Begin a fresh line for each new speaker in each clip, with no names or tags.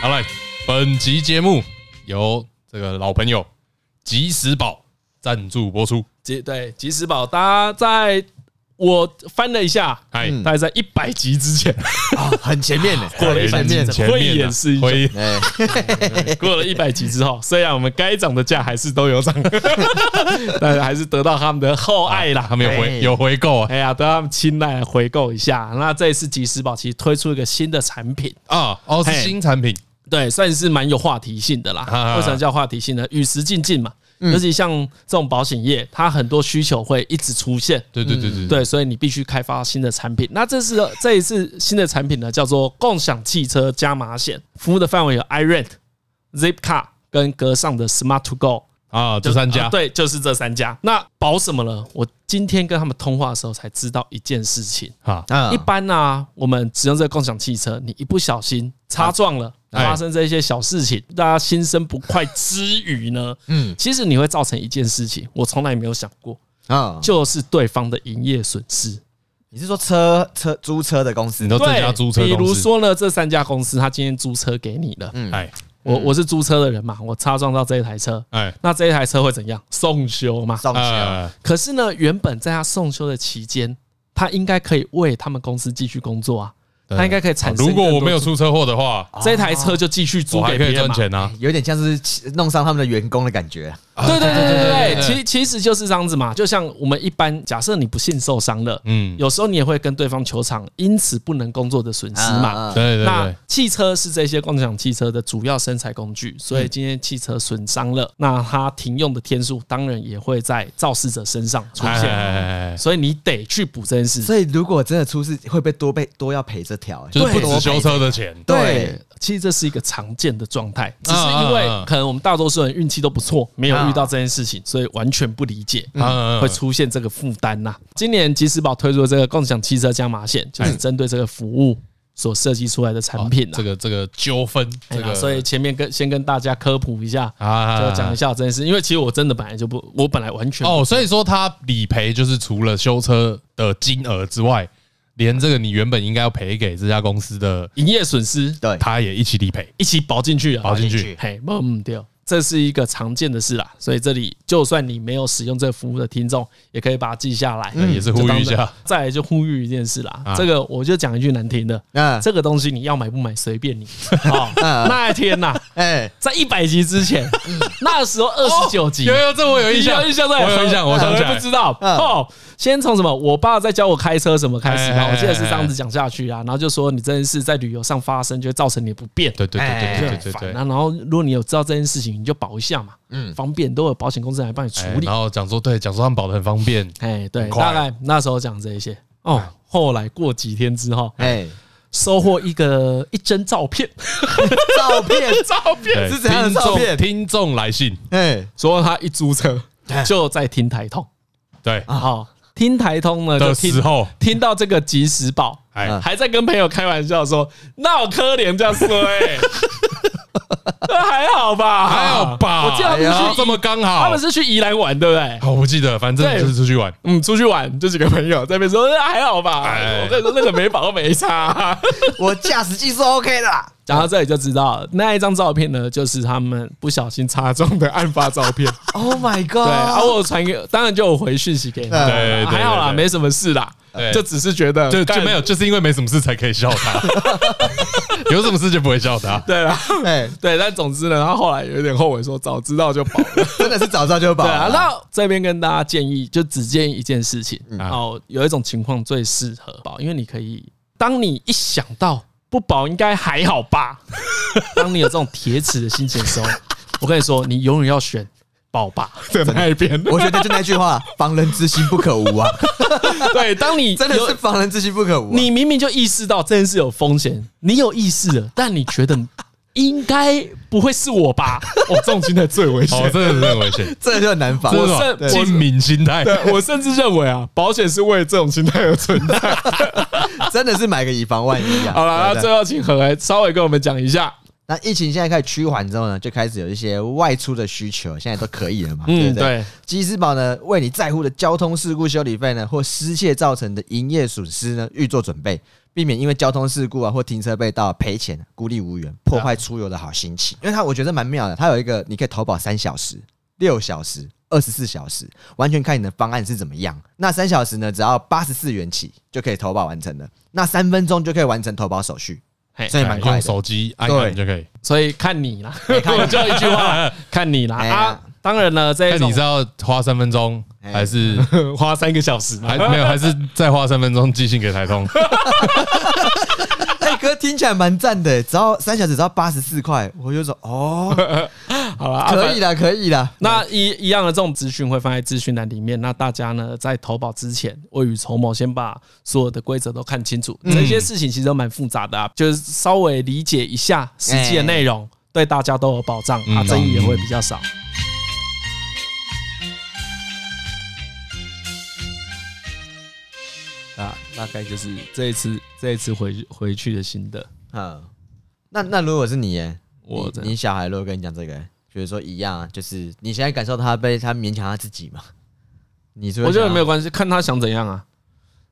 好来，本集节目由这个老朋友及时宝赞助播出。
吉对吉时宝，大家在我翻了一下，
嗨，
大概在一百集之前
啊，很前面 呢，
过了一
很
百
前
集
哎
之
面的，
前，慧眼识英雄。
会
哎，
过了一百集之后，虽然我们该涨的价还是都有涨， 但还是得到他们的厚爱啦。
他们有
哎
回有回购啊
哎呀，得到他们青睐，回购一下。那这一次吉时宝其实推出一个新的产品，
啊，哦是
嘿
新产品
对，算是蛮有话题性的啦
啊。
为什么叫话题性呢？与时进进嘛，
嗯
尤其像这种保险业，它很多需求会一直出现。
对对对对对，
对，所以你必须开发新的产品。那这是这一次新的产品呢，叫做共享汽车加码险，服务的范围有 iRent、Zipcar 跟格上的 Smart to Go
啊，
就
这三家
啊对，就是这三家。那保什么呢？我今天跟他们通话的时候才知道一件事情。
啊，
啊
一，般呢、我们使用这个共享汽车，你一不小心擦撞了，
哎
发生这些小事情，大家心生不快之余 呢，嗯，其实你会造成一件事情，我从来没有想过，
啊，
就是对方的营业损失。
你是说车车租车的公司
你？都这
对，
家租车
比
公
如
司，
说呢，这三家公司，他今天租车给你了，
哎
我我是租车的人嘛，我擦撞到这一台车，
哎
那这一台车会怎样？送修嘛。
送修，
呃，
可是呢，原本在他送修的期间，他应该可以为他们公司继续工作啊，他应该可以产生。
如果我没有，出车祸的话，
这台车就继续租
我
给
还
别
可以
人
赚
嘛。
钱啊，
有点像是弄伤他们的员工的感觉。
对对对对对
对
对，其其实就是这样子嘛。就像我们一般，假设你不幸受伤了，
嗯，
有时候你也会跟对方求偿，因此不能工作的损失嘛。
啊
对哎对
那
对，
汽车是这些共享汽车的主要生产工具，所以今天汽车损伤了，那它停用的天数当然也会在肇事者身上出
哎哎哎
现，
哎哎
所以你得去补这件事。
所以如果真的出事，会不会多被多要赔这条？哎
就是不
多
止
赔
修车的钱，
对，
其实这是一个常见的状
嗯
态，只是因为可能我们大多数人运气都不错，没有遇到这件事
嗯
情，所以完全不理解。
啊，
会出现这个负担呐。今年吉时宝推出的这个共享汽车加码险，就是针对这个服务所设计出来的产品、啊
哎哦这个这个纠纷，
哎
这
呀
个
所以前面跟先跟大家科普一下，
啊
就讲一下这件事，因为其实我真的本来就不，我本来完全
哦，所以说他理赔就是除了修车的金额之外，连这个你原本应该要赔给这家公司的，
营业损失
对，
他也一起理赔，
一起保进去啊，
保进
进
去
去。
嘿，嗯，对，这是一个常见的事啦，所以这里就算你没有使用这个服务的听众，也可以把它记下来，
嗯也是呼吁一下啊
就当作。 再来就呼吁一件事啦，这个我就讲一句难听的，
嗯
这个东西你要买不买随便你。 哦，
啊
那一天呐、
啊哎，
在一百集 之前，
嗯
那时候二十九集，
有有，这我 有印象，
有印象对，
我有印象，嗯我想起
何
来
不，知道哦。先从什么？我爸在教我开车什么开始
哎哎
吧，
哎
我记得是这样子讲下去啊。然后就说你这件事在旅游上发生，就会造成你不便。
对对对对
哎
对对
很
对
烦
对。
啊。然后如果你有知道这件事情，你就保一下嘛，嗯，方便都有保险公司来帮你处
哎
理
然。后讲说对，讲说他们保的很方 便，
哎，对，
很快哎
大概那时候讲这一些哦。后来过几天之后，
哎，
收获一个一帧照片，
照片，
照 片
对
是怎样的
听众
照片
听众来信，
哎，
说他一租车就在听台通，
对
好，听台通呢啊就
啊的
听啊
时候，
听到这个即时报，
哎
嗯，
还在跟朋友开玩笑说闹可怜这样衰、欸， 那还好吧，
哎还好吧，
我记得他
哎
们
呀
是
这
去宜，
么刚好，哦
他们是去宜兰玩，对不对？
好，我不记得，反正
对
就是出去玩，
嗯，出去玩就几个朋友在那边说那还好吧，
哎
我跟你说那个没保没差。
我驾驶技术 OK 的啦，
讲到这里就知道那一张照片呢，就是他们不小心擦撞的案发照 片。
Oh my
对，啊，
god！
我有传给，当然就有回讯息给他，
对
哦对对
还好啦，
对对
没什么事啦
对，
呃就只是觉得
就
干
就没有，就是因为没什么事才可以笑 他，有什么事就不会笑他。
对啦。
哎，
对，但总之呢，他后来有点后悔，说早知道就保了。
真的是早知道就保
对啊，
了。
那这边跟大家建议，就只建议一件事情哦，有一种情况最适合保，因为你可以，当你一想到不保应该还好吧， 当你有这种铁齿的心情的时候，我跟你说，你永远要选保吧的那一边。
我觉得就那句话，防人之心不可无啊，
对，当 你
真的
有
是防人之心不可无啊。
你明明就意识到这件事有风险，你有意识了，但你觉得应该不会是我吧？ 哦，这种心态最危
哦，真的是很危险，
这就很难防
这。
我
是
甚
种敬敏心态。
对我甚至认为啊，保险是为了这种心态而存在。
真的是买个以防万一啊。
好了，那
对不对
最后请何来稍微跟我们讲一下
那疫情现在开始趋缓之后呢，就开始有一些外出的需求，现在都可以了嘛，对
嗯，
不对？
对，
基斯保呢，为你在乎的交通事故修理费呢，或失窃造成的营业损失呢，预做准备，避免因为交通事故啊或停车被盗赔钱，孤立无援，破坏出游的好心情。因为它我觉得蛮妙的，它有一个你可以投保三小时、六小时、二十四小时，完全看你的方案是怎么样。那三小时呢，只要八十四元起就可以投保完成了，那三分钟就可以完成投保手续，
嘿
所以蛮
哎
快
用
的。
手机按按就可以。
所以看你啦，
哎看你
我就一句话， 看你啦
哎呀
啊！当然了，这一
看
种
你是要花三分钟，
哎
还是
花三个小时嘛
还，没有，还是再花三分钟寄信给台 通？
哎、哥听起来蛮赞的，只要三小时只要八十四块，我就说哦，
好了，啊
可 以啦，可以啦。
那一一样的这种资讯会放在资讯栏里面，那大家呢在投保之前，未雨绸缪，先把所有的规则都看清楚。这些事情其实都蛮复杂的、啊，就是稍微理解一下实际的内容，对大家都有保障，啊，
嗯
争议也会比较少。啊，大概就是这一次这一次回去回去的心得。
嗯，那那如果是你耶，
我
你你小孩如果跟你讲这个耶，比如说一样，啊，就是你现在感受到他被他勉强他自己嘛， 你是
啊
我觉得没
有
有关系，看他想怎样啊。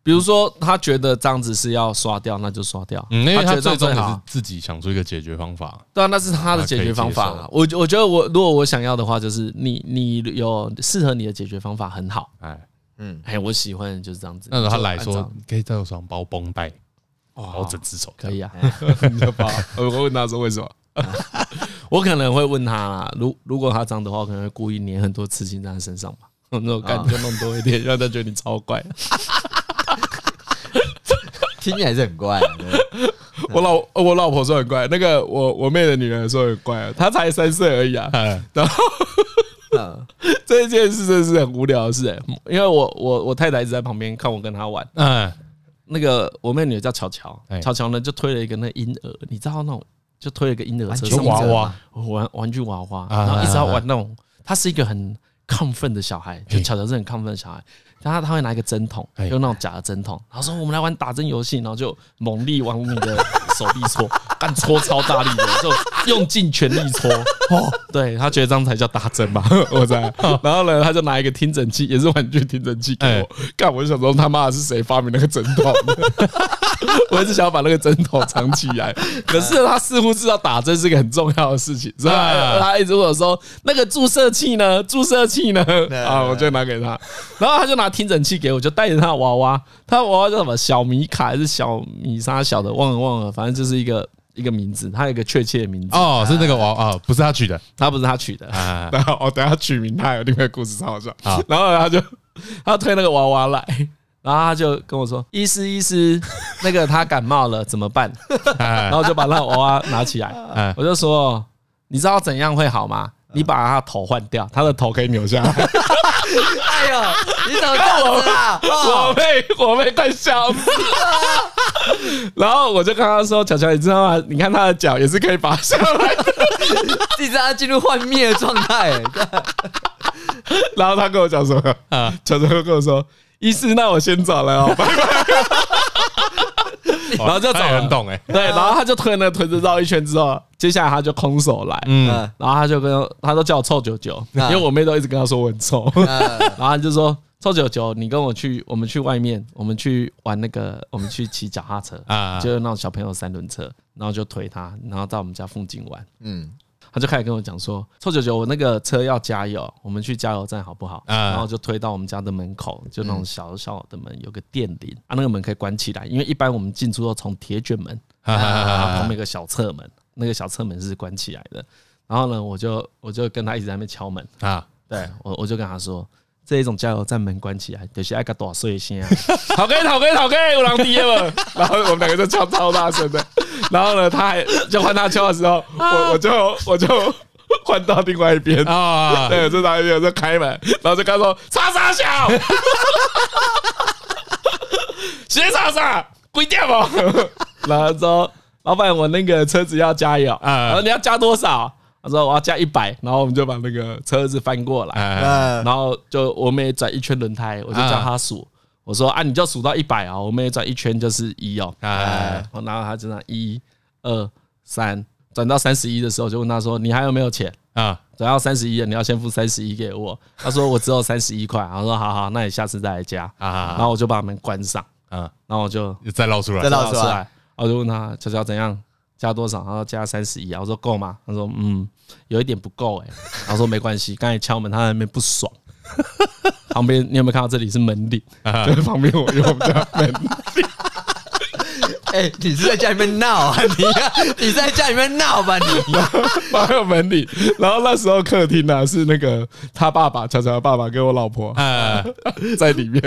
比如说，他觉得这样子是要刷掉，那就刷掉。
嗯，因为
觉
他
得这
最终
样最
也
好
是。自己想出一个解决方法。
对啊，那是他的解决方法
还可以
啊
接。
我我觉得我如果我想要的话，就是你你有适合你的解决方法很好。
哎，
嗯，
哎，我喜欢的就是这样子。
那时候他来
就按
说哦
照，
可以带我双包绷带，然后整只手
可以啊，
你就把我会问他说为什么？
我可能会问他啦，如如果他这样的话，我可能会故意粘很多刺青在他身上吧。 那种感觉弄多一
啊
点，让他觉得你超怪。
听起来是很怪啊，对不 对
我老我老婆说很怪，那个我我妹的女儿说很怪 啊，她才三岁而已啊。
哎
然后
嗯，
这件事真的是很无聊的事、欸，
因为我我我太太一直在旁边看我跟他玩。
嗯，
那个我妹女儿叫巧巧
哎，
巧巧呢就推了一个那婴儿，你知道那种就推了一个婴儿车
就
上
玩具
娃娃，
玩玩具娃娃，
啊
然后一直要玩那种，他是一个很亢奋的小孩，就
嘿
巧巧是很亢奋的小孩，他他会拿一个针筒，
嘿
用那种假的针筒，然后说我们来玩打针游戏，然后就猛力往你的手臂搓，干搓超大力的，就用尽全 力搓，哦，对他觉得这样才叫打针吧，
我 在。然后呢，他就拿一个听诊器，也是玩具听诊器给
哎
我，干，我就想说他妈的是谁发明那个针筒的？我一直想要把那个针筒藏起来，可是他似乎知道打针是个很重要的事情，所以
啊
他他一直问我说：“那个注射器呢？注射器呢？”啊，我就拿给他，
然后他就拿听诊器给我，就带着他的娃娃，他的娃娃叫什么小米卡还是小米莎小的，忘了忘了，反正就是一个一个名字，他有一个确切的名字，
哦，是那个娃啊，不是他取的
他不是他取的，啊
啊，
然后我 等下取名他有另外一个故事超好笑
好，
然后他就
他推那个娃娃来，然后他就跟我说：“医师，医师，那个他感冒了怎么办？” 然后就把那个娃娃拿起来，
哎
我就说：“你知道怎样会好吗？你把他头换掉，他的头可以扭下来。
哎呦，你怎么这样子 啊？”
我
哦，
被我被快笑死了。然后我就跟他说：“巧巧，你知道吗？你看他的脚也是可以拔下来的。
一直让他进入幻灭的状态，
然后他跟我讲什么？
啊
小周跟我说：“医师，那我先走了哦，拜拜。
然后就找人懂哎”，
对，然后他就推那个推子绕一圈之后，接下来他就空手来。
嗯，
嗯，
然后他就跟他都叫我臭九九，因
啊
为我妹都一直跟他说我很臭，
呃
然后他就说：“臭九九，你跟我去，我们去外面，我们去玩那个，我们去骑脚踏车
啊
就是那种小朋友三轮车，然后就推他，然后到我们家附近玩。
嗯，
他就开始跟我讲说：臭九九，我那个车要加油，我们去加油站好不好？
啊
然后就推到我们家的门口，就那种小小的门，有个电铃啊，那个门可以关起来，因为一般我们进出都从铁卷门，
哈哈哈
啊，
哈
旁边有个小侧门，那个小侧门是关起来的。然后呢，我就我就跟他一直在那边敲门。”
啊，
对我我就跟他说，这一种加油站门关起来，就是爱个大碎 先啊，讨给讨给讨给，有人滴了。”
然后我们两个就敲超大声的。然后呢，他还就换他敲的时候，我我就我就换到另外一边。
啊，
对，就他一边我就开门，然后就跟他说：“叉叉小，谁叉叉，鬼掉吧。”
然后他说老板，我那个车子要加油，
啊
然后你要加多少？他说我要加一百，然后我们就把那个车子翻过来，
哎
呃，
然后就我们也转一圈轮胎，我就叫他数。我说啊，你就数到一百
嗯
啊，我们也转一圈就是一哦，
哎
然后他就这样一、二、三，转到三十一的时候，就问他说：“你还有没有钱？”
啊，
转到三十一了，你要先付三十一给我。他说我只有三十一块，然后说好好，那你下次再来加。
啊啊啊
然后我就把门关上，
啊，
然后我就
再捞出来
再，
绕出
绕出
来
来，
然后我就问他悄悄怎样加多少，他说加三十一，啊我说够吗？他说嗯，有一点不够哎、然后说没关系，刚才敲门他在那边不爽。旁边你有没有看到这里是门铃？
啊
在旁边我用我们家门，
哎、你是在家里面闹啊？你啊你在家里面闹吧你？
放在门里。然后那时候客厅啊是那个他爸爸，巧巧的爸爸跟我老婆
啊，
在里面，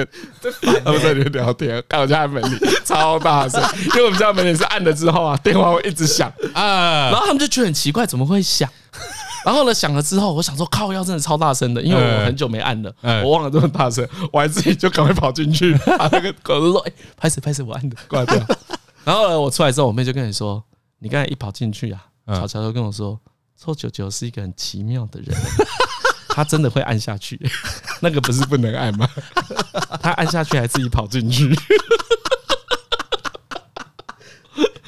他们在里面聊天，看我家门里超大声，因为我们家门铃是按了之后啊，电话会一直响。
啊
然，后他们就觉得很奇怪，怎么 会响？然后呢，响了之后，我想说靠腰真的超大声的，因为
哎
我很久没按了，
嗯
我忘了这么大声，我还自己就赶快跑进去，把那个
狗就说：“哎、拍谁拍谁，我按的。”
挂掉。
然后呢，我出来之后，我妹就跟你说：“你刚才一跑进去啊，
嗯
巧巧就跟我说，臭九九是一个很奇妙的 人，他真的会按下去，
那个不是不能按吗？
他按下去还自己跑进去。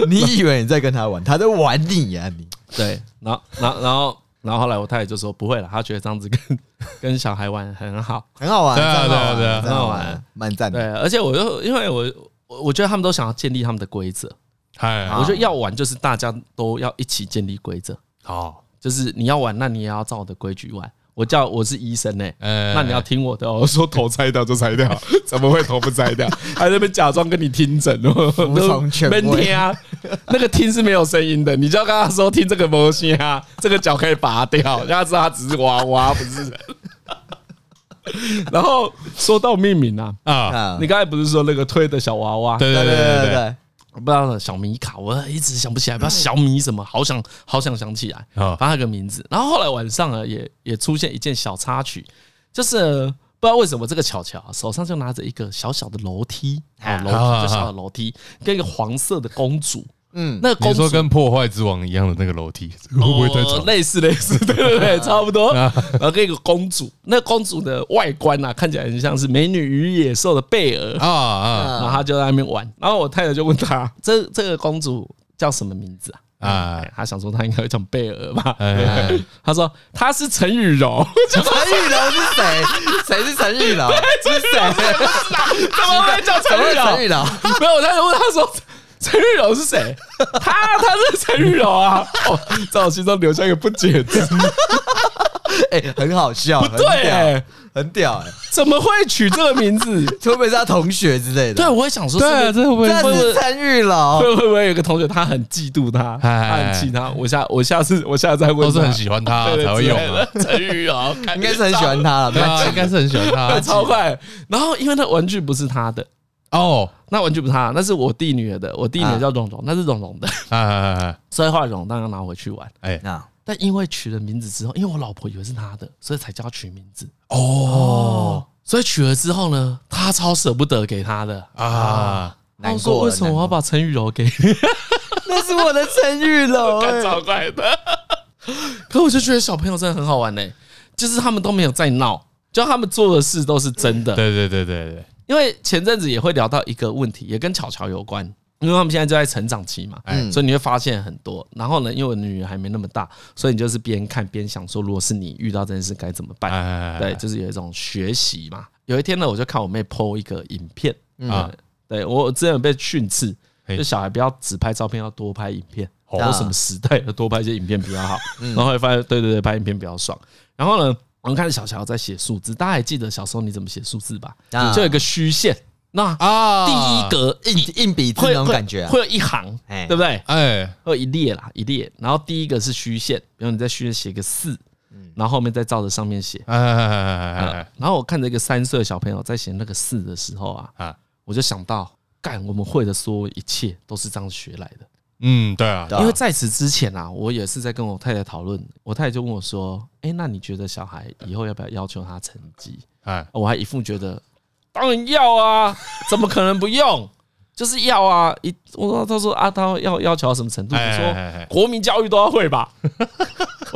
你以为你在跟他玩，他在玩你呀、你？”
对，然后，然后，然后，然后后来我太太就说：“不会了，她觉得这样子跟跟小孩玩很好。
很好玩，
对啊
真的好玩
对啊对啊
真的好
很好
玩，蛮”赞
对
的。，
而且我就因为我我我觉得他们都想要建立他们的规则，
哎，
啊
我觉得要玩就是大家都要一起建立规则，
好，
就是你要玩，那你也要照我的规矩玩。我叫我是医
欸
生呢、
呃
那你要听我的哦
哎我。说头拆掉就拆掉， 怎么会头不拆掉？ 还在那边假装跟你听诊哦，服
从权威
听啊， 那个听是没有声音的，你就要跟他说听这个模型啊， 这个脚可以拔掉，让他知道他只是娃娃不是人。 然后说到命名啊，
啊，
啊
你刚才不是说那个推的小娃娃？
对
对
对
对
对
对
对对，
对对，
我不知道小米卡，我一直想不起来，不知道小米什么，好想好想想起来，
好
反正它有个名字。然后后来晚上啊，也也出现一件小插曲，就是呃不知道为什么这个巧巧啊手上就拿着一个小小的楼梯，啊，楼梯就小小的楼梯，跟一个黄色的公主，嗯，那个
你
公
说
主
跟破坏之王一样的那个楼梯，这个会不会太
哦
长？啊
类似类似，对对 对，差不多。然后跟一个公主，那公主的外观啊，看起来很像是《美女与野兽》的贝尔
啊啊
然后他就在那边玩，然后我太太就问他：“这这个公主叫什么名字啊？”
啊
哎，他想说他应该会讲贝尔吧？
哎，
他说他是陈雨柔，
陈玉龙是谁？ 谁是陈玉龙？是谁？
怎么会叫
怎
陈
么
雨
会陈玉
柔？
龙？
没有，我太太问他说陈雨柔是谁？他他是陈雨柔啊！ 哦，
在我心中留下一个不解之谜。
哎，很好笑，很
对、
屌，
哎
很屌，哎，
怎么会取这个名字？
会不会是他同学之类的？
对，，我也想说，
对啊，
是不是
这会不会？
这是陈玉龙。
会会不会有个同学他很嫉妒他，
哎
他很气他？我下我下次我下次再问
都
他，
是很喜欢他
对对
才会用啊，
之类的陈雨柔，看
应该是很喜欢他了，
对啊，应该是很喜欢他
对，超快。然后因为那玩具不是他的，
哦，
那玩具不是他的，那是我弟女儿的，我弟女儿叫蓉蓉，那是蓉蓉的，
哎哎哎
所以后来蓉蓉当然拿回去玩。
哎，哎
啊，
但因为取了名字之后，因为我老婆以为是他的，所以才叫他取名字。
哦
所以取了之后呢，他超舍不得给他的。
啊，
他
难
说：“哦
过了
为什么我要把陈雨柔给你？
那是我的陈玉龙，哎
超快的，
可我就觉得小朋友真的很好玩呢、就是他们都没有在闹，就他们做的事都是真的。
对对对对对，
因为前阵子也会聊到一个问题，也跟巧巧有关，因为他们现在就在成长期嘛，
嗯
所以你会发现很多。然后呢，因为我女儿还没那么大，所以你就是边看边想说，如果是你遇到这件事该怎么办？
哎
对，就是有一种学习嘛。有一天呢，我就看我妹 PO 一个影片，
嗯
啊
对我之前有被训斥，
嘿
就小孩不要只拍照片，要多拍影片。
哦
我什么时代了，多拍一些影片比 较好。
嗯
然后后来发现，对对对，拍影片比较爽。然后呢，我们看小乔在写数字，大家还记得小时候你怎么写数字吧？
啊
就有一个虚线，那
啊，
第一格
硬硬笔字
会
那种
会
感觉啊，
会有一行，
哎
对不对？
哎
会有一列啦，一列。然后第一个是虚线，比如你在虚线写个四，
嗯
然后后面再照着上面写。
哎哎哎哎哎
然后我看着一个三岁的小朋友在写那个四的时候啊，
哎啊，
我就想到，干，我们会的所有一切都是这样学来的。
嗯，对啊，
对啊
因为在此之前啊，我也是在跟我太太讨论，我太太就问我说：“哎、那你觉得小孩以后要不要要求他成绩
哎？”
我还一副觉得当然要啊，怎么可能不用？就是要啊！一我说他说啊，他要要求到什么程度？
哎
我
哎哎哎
说国民教育都要会吧， 国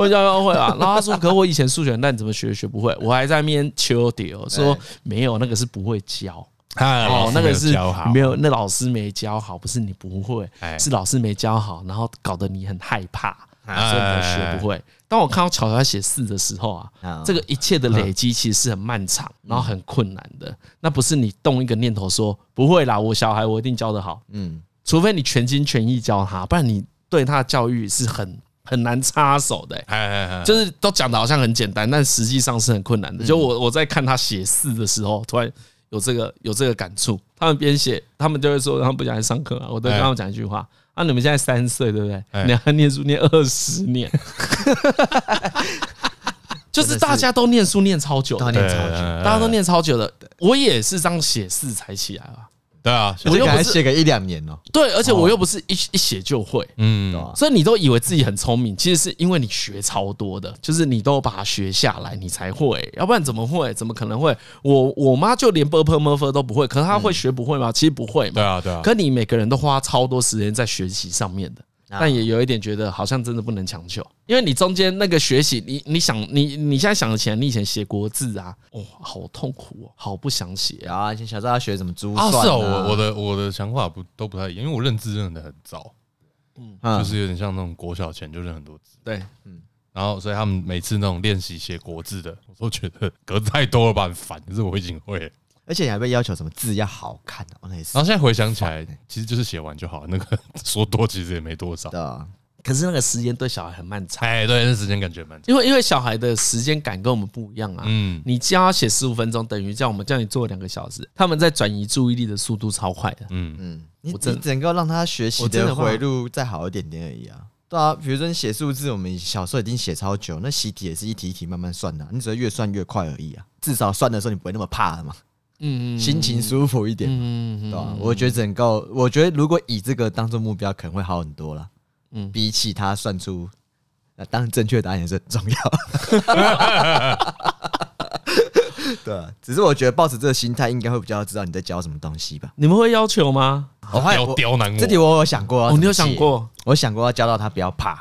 民教育要会啊。然后他说，可我以前数学很烂，怎么学也学不会？我还在那边求屌说没有，那个是不会教。
哎，老
哦
师，
那
没
个
有
是
教好
没有，那老师没教好，不是你不会
哎，
是老师没教好，然后搞得你很害怕。
啊
哎
所以
呃
我学不会。当我看到巧巧在写四的时候啊，
啊
这个一切的累积其实是很漫长，然后很困难的。那不是你动一个念头说不会啦，我小孩我一定教得好，
嗯，
除非你全心全意教他，不然你对他的教育是很很难插手的欸、
哎哎哎，
就是都讲的好像很简单，但实际上是很困难的。就我我在看他写四的时候，突然有这个有这个感触。他们边写，他们就会说他们不想来上课啊。我都跟他们讲一句话：啊，你们现在三岁对不
哎
对？你要念书念二十 年，就是大家都念书念超久
到
的，
念
对
超
哎
久，
哎哎
大家都念呃超久的。我也是这样写四才起来吧？
对啊，
我
我
又
又
不
还
是
写个一两年哦，
对，而且我又不是一一写就会。
嗯
对，吧？
所以你都以为自己很聪明，其实是因为你学超多的，就是你都把它学下来，你才会，要不然怎么会？怎么可能会？我我妈就连 b u r p l e m u r p h 都不会，可是她会学不会吗？其实不会
对
嘛。
啊对啊，
可你每个人都花超多时间在学习上面的，
啊
但也有一点觉得好像真的不能强求，因为你中间那个学习，你你想你你现在想得起来，你以前写国字啊，哦，好痛苦哦，好不想写啊。
然后以前小时候要学什么珠
啊
算
是哦，我我的我的想法不都不太一样，因为我认字认得很早，
嗯
我
就是有点像那种国小前就认很多字，
对，
然后所以他们每次那种练习写国字的，我都觉得格子太多了吧，很烦，可是我已经会了。
而且你还被要求什么字要好看哦，那也是
然后现在回想起来，其实就是写完就好了，那个 说多其实也没多少。
的，
可是那个时间对小孩很漫长，
哎，对，那时间感觉蛮长。
因为因为小孩的时间感跟我们不一样啊。
嗯，
你教他写十五分钟，等于叫我们叫你做两个小时，他们在转移注意力的速度超快的。
嗯，
嗯，你
我真
你能够让他学习
我真的
的
忘了
回路再好一点点而已啊。对啊，比如说你写数字，我们小时候已经写超久，那习题也是一题一题慢慢算的啊、你只会越算越快而已啊。至少算的时候你不会那么怕了嘛，
嗯
心情舒服一点嘛，
嗯
对吧、我觉得整个，我觉得如果以这个当做目标，可能会好很多啦。
嗯
嗯，比起他算出，那当然正确答案也是很重要。 对啊，只是我觉得抱持这个心态，应该会比较知道你在教什么东西吧。
你们会要求吗？
我发现
刁
我
刁难我，
这题我有想过要
哦，
怎么
你有想
解
过，
我想过要教到他不要怕，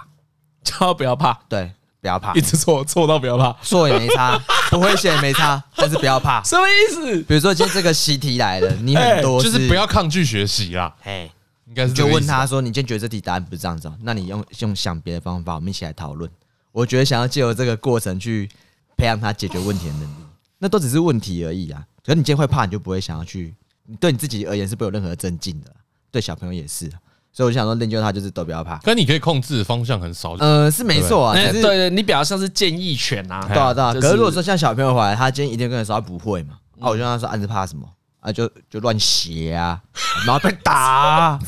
叫他不要怕，
对，不要怕
一，直错错到不要怕，
错也没差，不会写也没差，但是不要怕。
什么意思？
比如说今天这个习题来了，你很多
哎就是不要，抗拒学习啦，
哎，
应该是这
就
个意
问
思
他说，你今天觉得这题答案不是这样子哦，那你用用想别的方法，我们一起来讨论。我觉得想要借由这个过程去培养他解决问题的能力，那都只是问题而已啊。可是你今天会怕，你就不会想要去，你对你自己而言是不会有任何增进的，啊对小朋友也是啊。所以我就想说，练就他就是都不要怕。
可你可以控制方向很少，
呃，是没错啊，
哎
只
对
是
对，你比较像是建议犬啊，
哎
对啊，对啊。
就
可是如果
是嗯
说像小朋友回来，他今天一定跟你说他不会嘛，啊，我就跟他说，啊，你是怕什么？啊，就就乱写啊，然后被 打啊，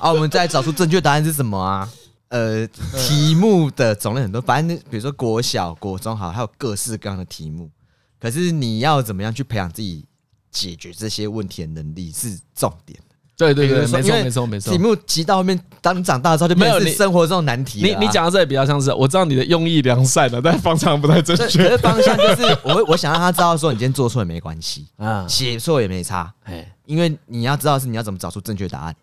啊，我们再找出正确答案是什么啊？
嗯
呃，题目的种类很多，反正比如说国小、国中好，还有各式各样的题目。可是你要怎么样去培养自己解决这些问题的能力是重点。
对对对，
比如说
没错
因为
没错没错
题。目集到后面，当你长大之后就没
没有
有是
你
生活中的难题
你
了啊、
你讲到这里比较像是，我知道你的用意良善了，但方向不太正
对，可
确
是方向就是我会我想让他知道说，你今天做错也没关系，
啊。
写错也没差，
哎，
因为你要知道是你要怎么找出正确答案。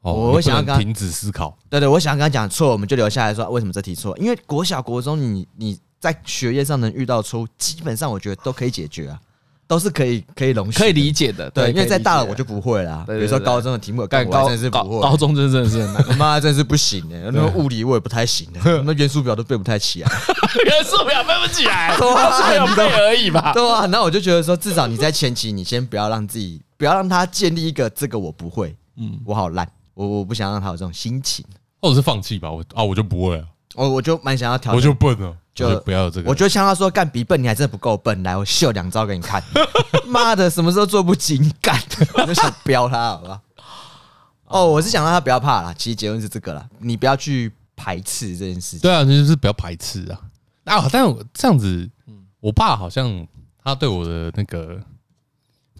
哦
我
你不
想要
能
跟他
停止思考，
对对，我想跟他讲错，我们就留下来说为什么这题错，因为国小国中你你在学业上能遇到错误，基本上我觉得都可以解决啊，都是可以可以容许，
可以理。解的，
对，因为
可以
在大了
理
我
解
就不会啦，比
对对
如说
对
高中的题目，我
干
干
高
我真的是
高
不会
高。中真的是 很难，
妈真的是不行的，那物理我也不太行 的，那元素表都背不太起来。啊
元素表背不起来，
对啊
是没有背而已吧？
对啊，那我就觉得说，至少你在前期，你先不要让自己，不要让他建立一个这个我不会，嗯，我好烂，我我不想让他有这种心情。
或者哦是放弃吧，我啊我就不会了，
我我就蛮想要调
我
整，
就笨了，
就
我就不要有这个，
我就向他说，干比笨你还真的不够笨，来我秀两招给你看。 妈的，什么时候做不精干？ 我就想飙他，好不好？哦，我是想让他不要怕啦。其实结论是这个啦，你不要去排斥这件事情。
对啊，就是不要排斥啊啊！但我这样子，我爸好像他对我的那个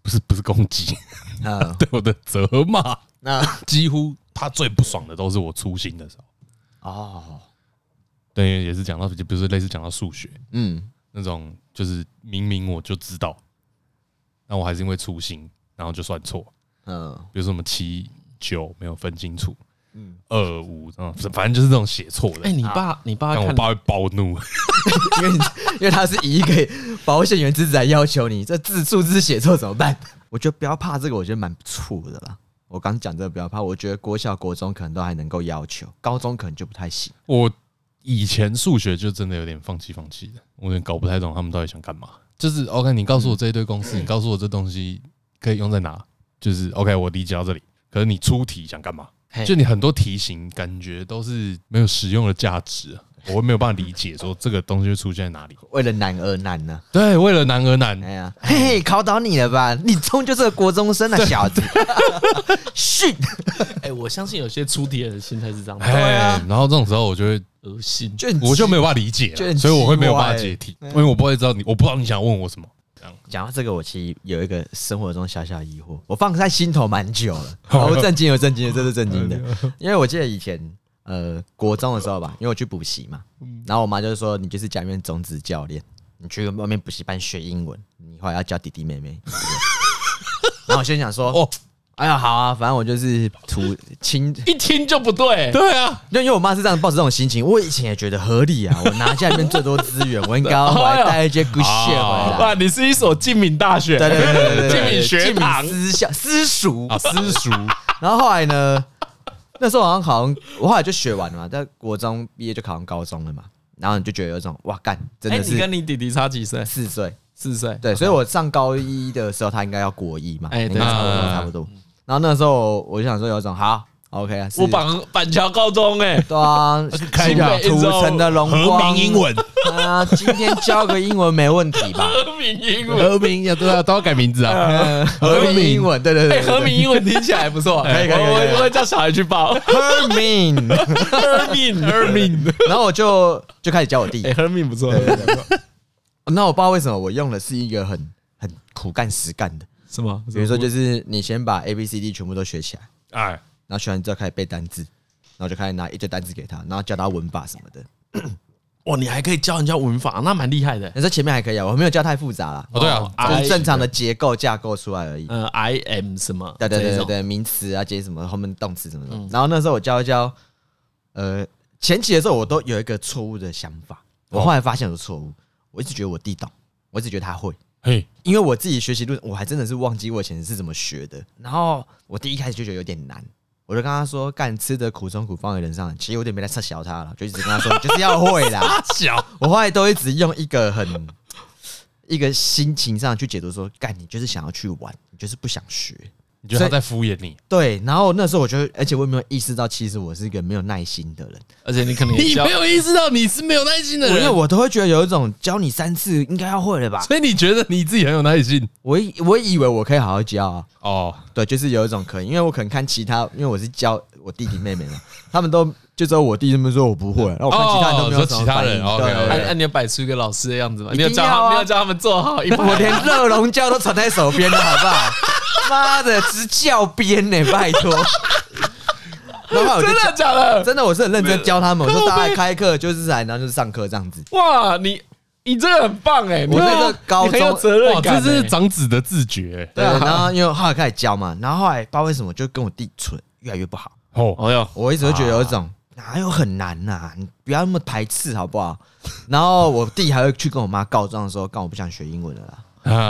不是不是攻击，
嗯，
对我的责骂，
那
几乎他最不爽的都是我粗心的时候。
哦，
对，也是讲到，就比如说类似讲到数学
嗯，
那种，就是明明我就知道，但我还是因为粗心，然后就算错。
嗯，
比如说什么七九没有分清楚，
嗯
二五啊，反正就是这种写错的
哎，。你爸你爸
但
会
我
看
爸会暴怒，
因为你因为他是以一个保险员之子来要求你，这字数字写错怎么办？ 我觉得不要怕这个，我觉得蛮不错的啦。我刚讲这个不要怕，我觉得国小、国中可能都还能够要求，高中可能就不太行。
我以前数学就真的有点放弃放弃的，我有点搞不太懂他们到底想干嘛。就是 OK，你告诉我这一堆公
嗯
式，你告诉我这东西可以用在哪，就是 OK，我理解到这里。可是你出题想干嘛？
嘿
就你很多题型感觉都是没有实用的价值啊、我没有办法理解说这个东西会出现在 哪里。
为了难而难呢、
对，为了难而难，
哎呀，嘿嘿，考倒你了吧？你终究是个国中生啊，小子！ 训，
哎，我相信有些出题人的心态是这样，
哎，
啊
然后这种时候我就会，
恶心。
就很
我就没有办法理解
就
啊，
很
所以我会没有办法
奇怪
解题，因为我不会知道你，我不知道你想问我什么。
讲到这个，我其实有一个生活中小小疑惑，我放在心头蛮久了。哦，我震惊，有震惊的，这是震惊的，因为我记得以前呃国中的时候吧，因为我去补习嘛，然后我妈就说你就是家里面种子教练，你去外面补习班学英文，你以后还要教弟弟妹妹。然后我心想说，哦
哦，
哎呀好啊，反正我就是图亲
一听就不对，
对啊，
因为因为我妈是这样抱着这种心情，我以前也觉得合理啊。我拿家里面最多资源，我应该要回来带一些 good shit 回来。
哇，啊你是一所敬敏大学，
对对对对 对对，
进你学堂
进你私校私塾
啊，。私塾
然后后来呢， 那时候好像考上，我后来就学完了嘛，在国中毕业就考上高中了嘛。然后你就觉得有一种哇干， 真
哎，
的
你
是
跟你弟弟差几岁？
四岁，
四岁。
对，所以我上高一的时候，他应该要国一嘛，
哎
应
对
该差不多
嗯
差不多。然后那时候我就想说有一种好 OK 啊，是
我绑板桥高中 哎、
对啊，
开
新
朗
北土城的荣
和
光，
名英 文，
啊，今天教个英文没问题 吧？
和平英文，
和名对啊，都要改名字啊。
嗯和
和
平
民
英文，对对
哎、
对，
和平英文听起来不错，
哎可以可以可以
我
可以
我我会叫小孩去报
和平。
和平和 平，
然后我就就开始教我弟
哎，，和平不错，
那我不知道为什么我用的是一个很很苦干实干的，
什么？
比如说就是你先把 A B C D 全部都学起来，
哎，
然后学完之后开始背单字，然后就开始拿一堆单字给他，然后教他文法什么的。
哇，你还可以教人家文法，那蛮厉害的、
那这前面还可以啊，我没有教太复杂啦，
哦对啊，
啊
就是正常的结构架构出来而已。
呃，I am 什么？
对对对
这
对
种，嗯
对，名词啊，接什么后面动词什么的。然后那时候我教一教，呃，前期的时候我都有一个错误的想法，我后来发现我的错误，我一直觉得我弟懂，我一直觉得他会，
嘿，
因为我自己学习路，我还真的是忘记我以前是怎么学的。然后我第一开始就觉得有点难。我就跟他说：“干吃的苦中苦，方为人上人。”其实我有点没在撤销他了，就一直跟他说：“你就是要会啦。
小”
我后来都一直用一个很一个心情上去解读说：“干，你就是想要去玩，你就是不想学。”
你觉得他在敷衍你？
对，然后那时候我就，而且我也没有意识到，其实我是一个没有耐心的人，
而且你可能也
你
教
没有意识到你是没有耐心的
因为
人，
我都会觉得有一种教你三次应该要会了吧，
所以你觉得你自己很有耐心
我以我以为我可以好好教啊，
哦。
对，就是有一种可以，因为我可能看其他，因为我是教我弟弟妹妹嘛， 他们都就只有我弟他们说我不会，然后我看其他人都没有
哦
什么
说其他
反
人
应
OK，OK
按
对，
对
哎按你有摆出一个老师的样子嘛，你
一定
有教
要
他
啊
们，你有教他们做好一排，
哎我连热熔胶都藏在手边了，好不好？ 妈的，直教 鞭呢、拜托。然后我就
真的
教
假的？
真的，我是很认真教他们，我说大家开课就是来，然后就是上课这样子。
哇，你你这个很棒哎、你
我那
很有
个高
你很有
中
责
哇，
任
这
感、
是
欸，
长子的自觉
对，然后因为后来开始教嘛，然后后来不知道为什么就跟我弟处越来越不好，
哦。
哦哟，
我一直都觉得有一
啊
种哪有很难呐、你不要那么排斥好不好？ 然后我弟还会去跟我妈告状说，干我不想学英文了啦，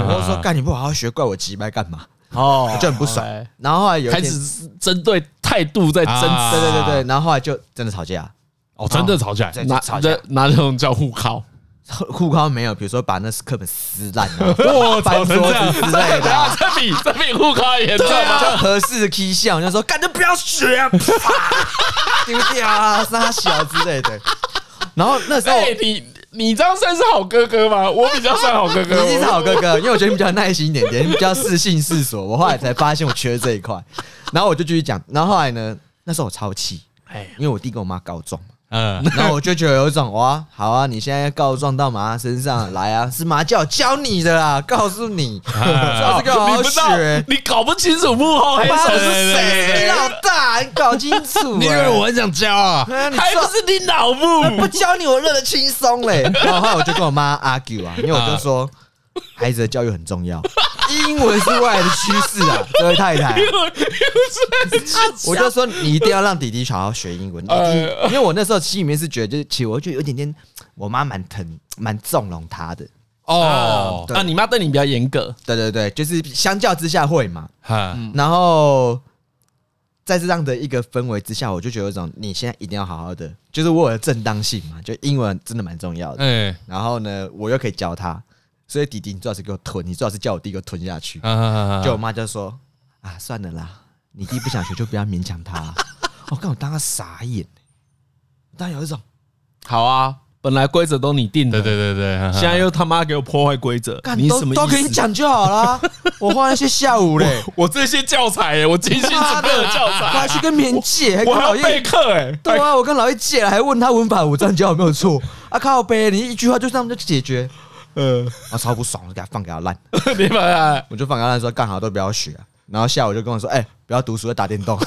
我
我
就说干你不好好学，怪我急掰干嘛？
啊哦，
我就很不爽
哎
然后后来有一
开
天，
始针对态度在争
啊
对对对对，然后后来就真的吵架，
哦，真的吵起来，
对，
拿
就吵架
拿，拿这种叫互考，
互靠没有，比如说把那课本撕烂 啊，
哇，
搬
吵成
桌
这
子
样，
之类的啊。
哦这啊比这比互考严重
对
吗？
就合适的 key 项，就说干就不要学啊，啪丢掉啊，杀小之类的。然后那时候
哎、你你这样算是好哥哥吗？我比较算好哥哥，
你是好哥哥，因为我觉得你比较耐心一点点，你比较事性事所。我后来才发现我缺这一块，然后我就继续讲。然后后来呢，那时候我超气，
哎
因为我弟跟我妈告状嘛，
嗯，
然后我就觉得有一种哇，好啊，你现在告状到妈身上来啊，是妈叫我教你的啦，告 诉你，下次给我好
啊你
好
不知道
学，。
你搞不清楚幕后黑
妈
手
我
是
是谁？你
谁，
老大，你搞清楚、啊。
你以为我很想教啊？
啊你
还
做
不是你老
不
母？
教你，我认得轻松嘞。 然后后来我就跟我妈 argue 啊，因为我就说孩子的教育很重要，啊 英文是未来的趋势 啊，这位太太。我就说你一定要让弟弟好好学英文，弟弟，因为我那时候心里面是觉得，就是其实我就有点点，我妈蛮疼蛮纵容他的。
哦，
啊，你妈对你比较严格，
嗯对对对，就是相较之下会嘛。
哈，
然后在这样的一个氛围之下，我就觉得有一种你现在一定要好好的，就是我有的正当性嘛，就英文真的蛮重要的。
嗯
哎，
然后呢，我又可以教他，所以弟弟你最好是给我吞，你最好是叫我弟给我吞下去。
啊啊
嗯
啊啊
就我妈就说啊，算了啦，你弟不想学就不要勉强他、啊 我看我当他傻眼，当然有一种
好啊，本来规则都你定的，
对对对 对，哈哈
现在又他妈给我破坏规则，
干
你
都
什么
都跟
意
你
思，
讲就 好啦。我花那些下午嘞，
我这些教材、欸，我精心准备的教
我
材，
还去跟别人借，还 跟
我还
老
要备
叶。
课哎、欸。
对啊，我跟老叶借了，还问他文法武章教有没 有错啊？靠呗，你一句话就这样就解决，
嗯，
啊，超不爽，我给他放给他烂，
你哎把它
我就放给他烂说干好都不要学、啊。然后下午就跟我说，哎、不要读书，要打 电动。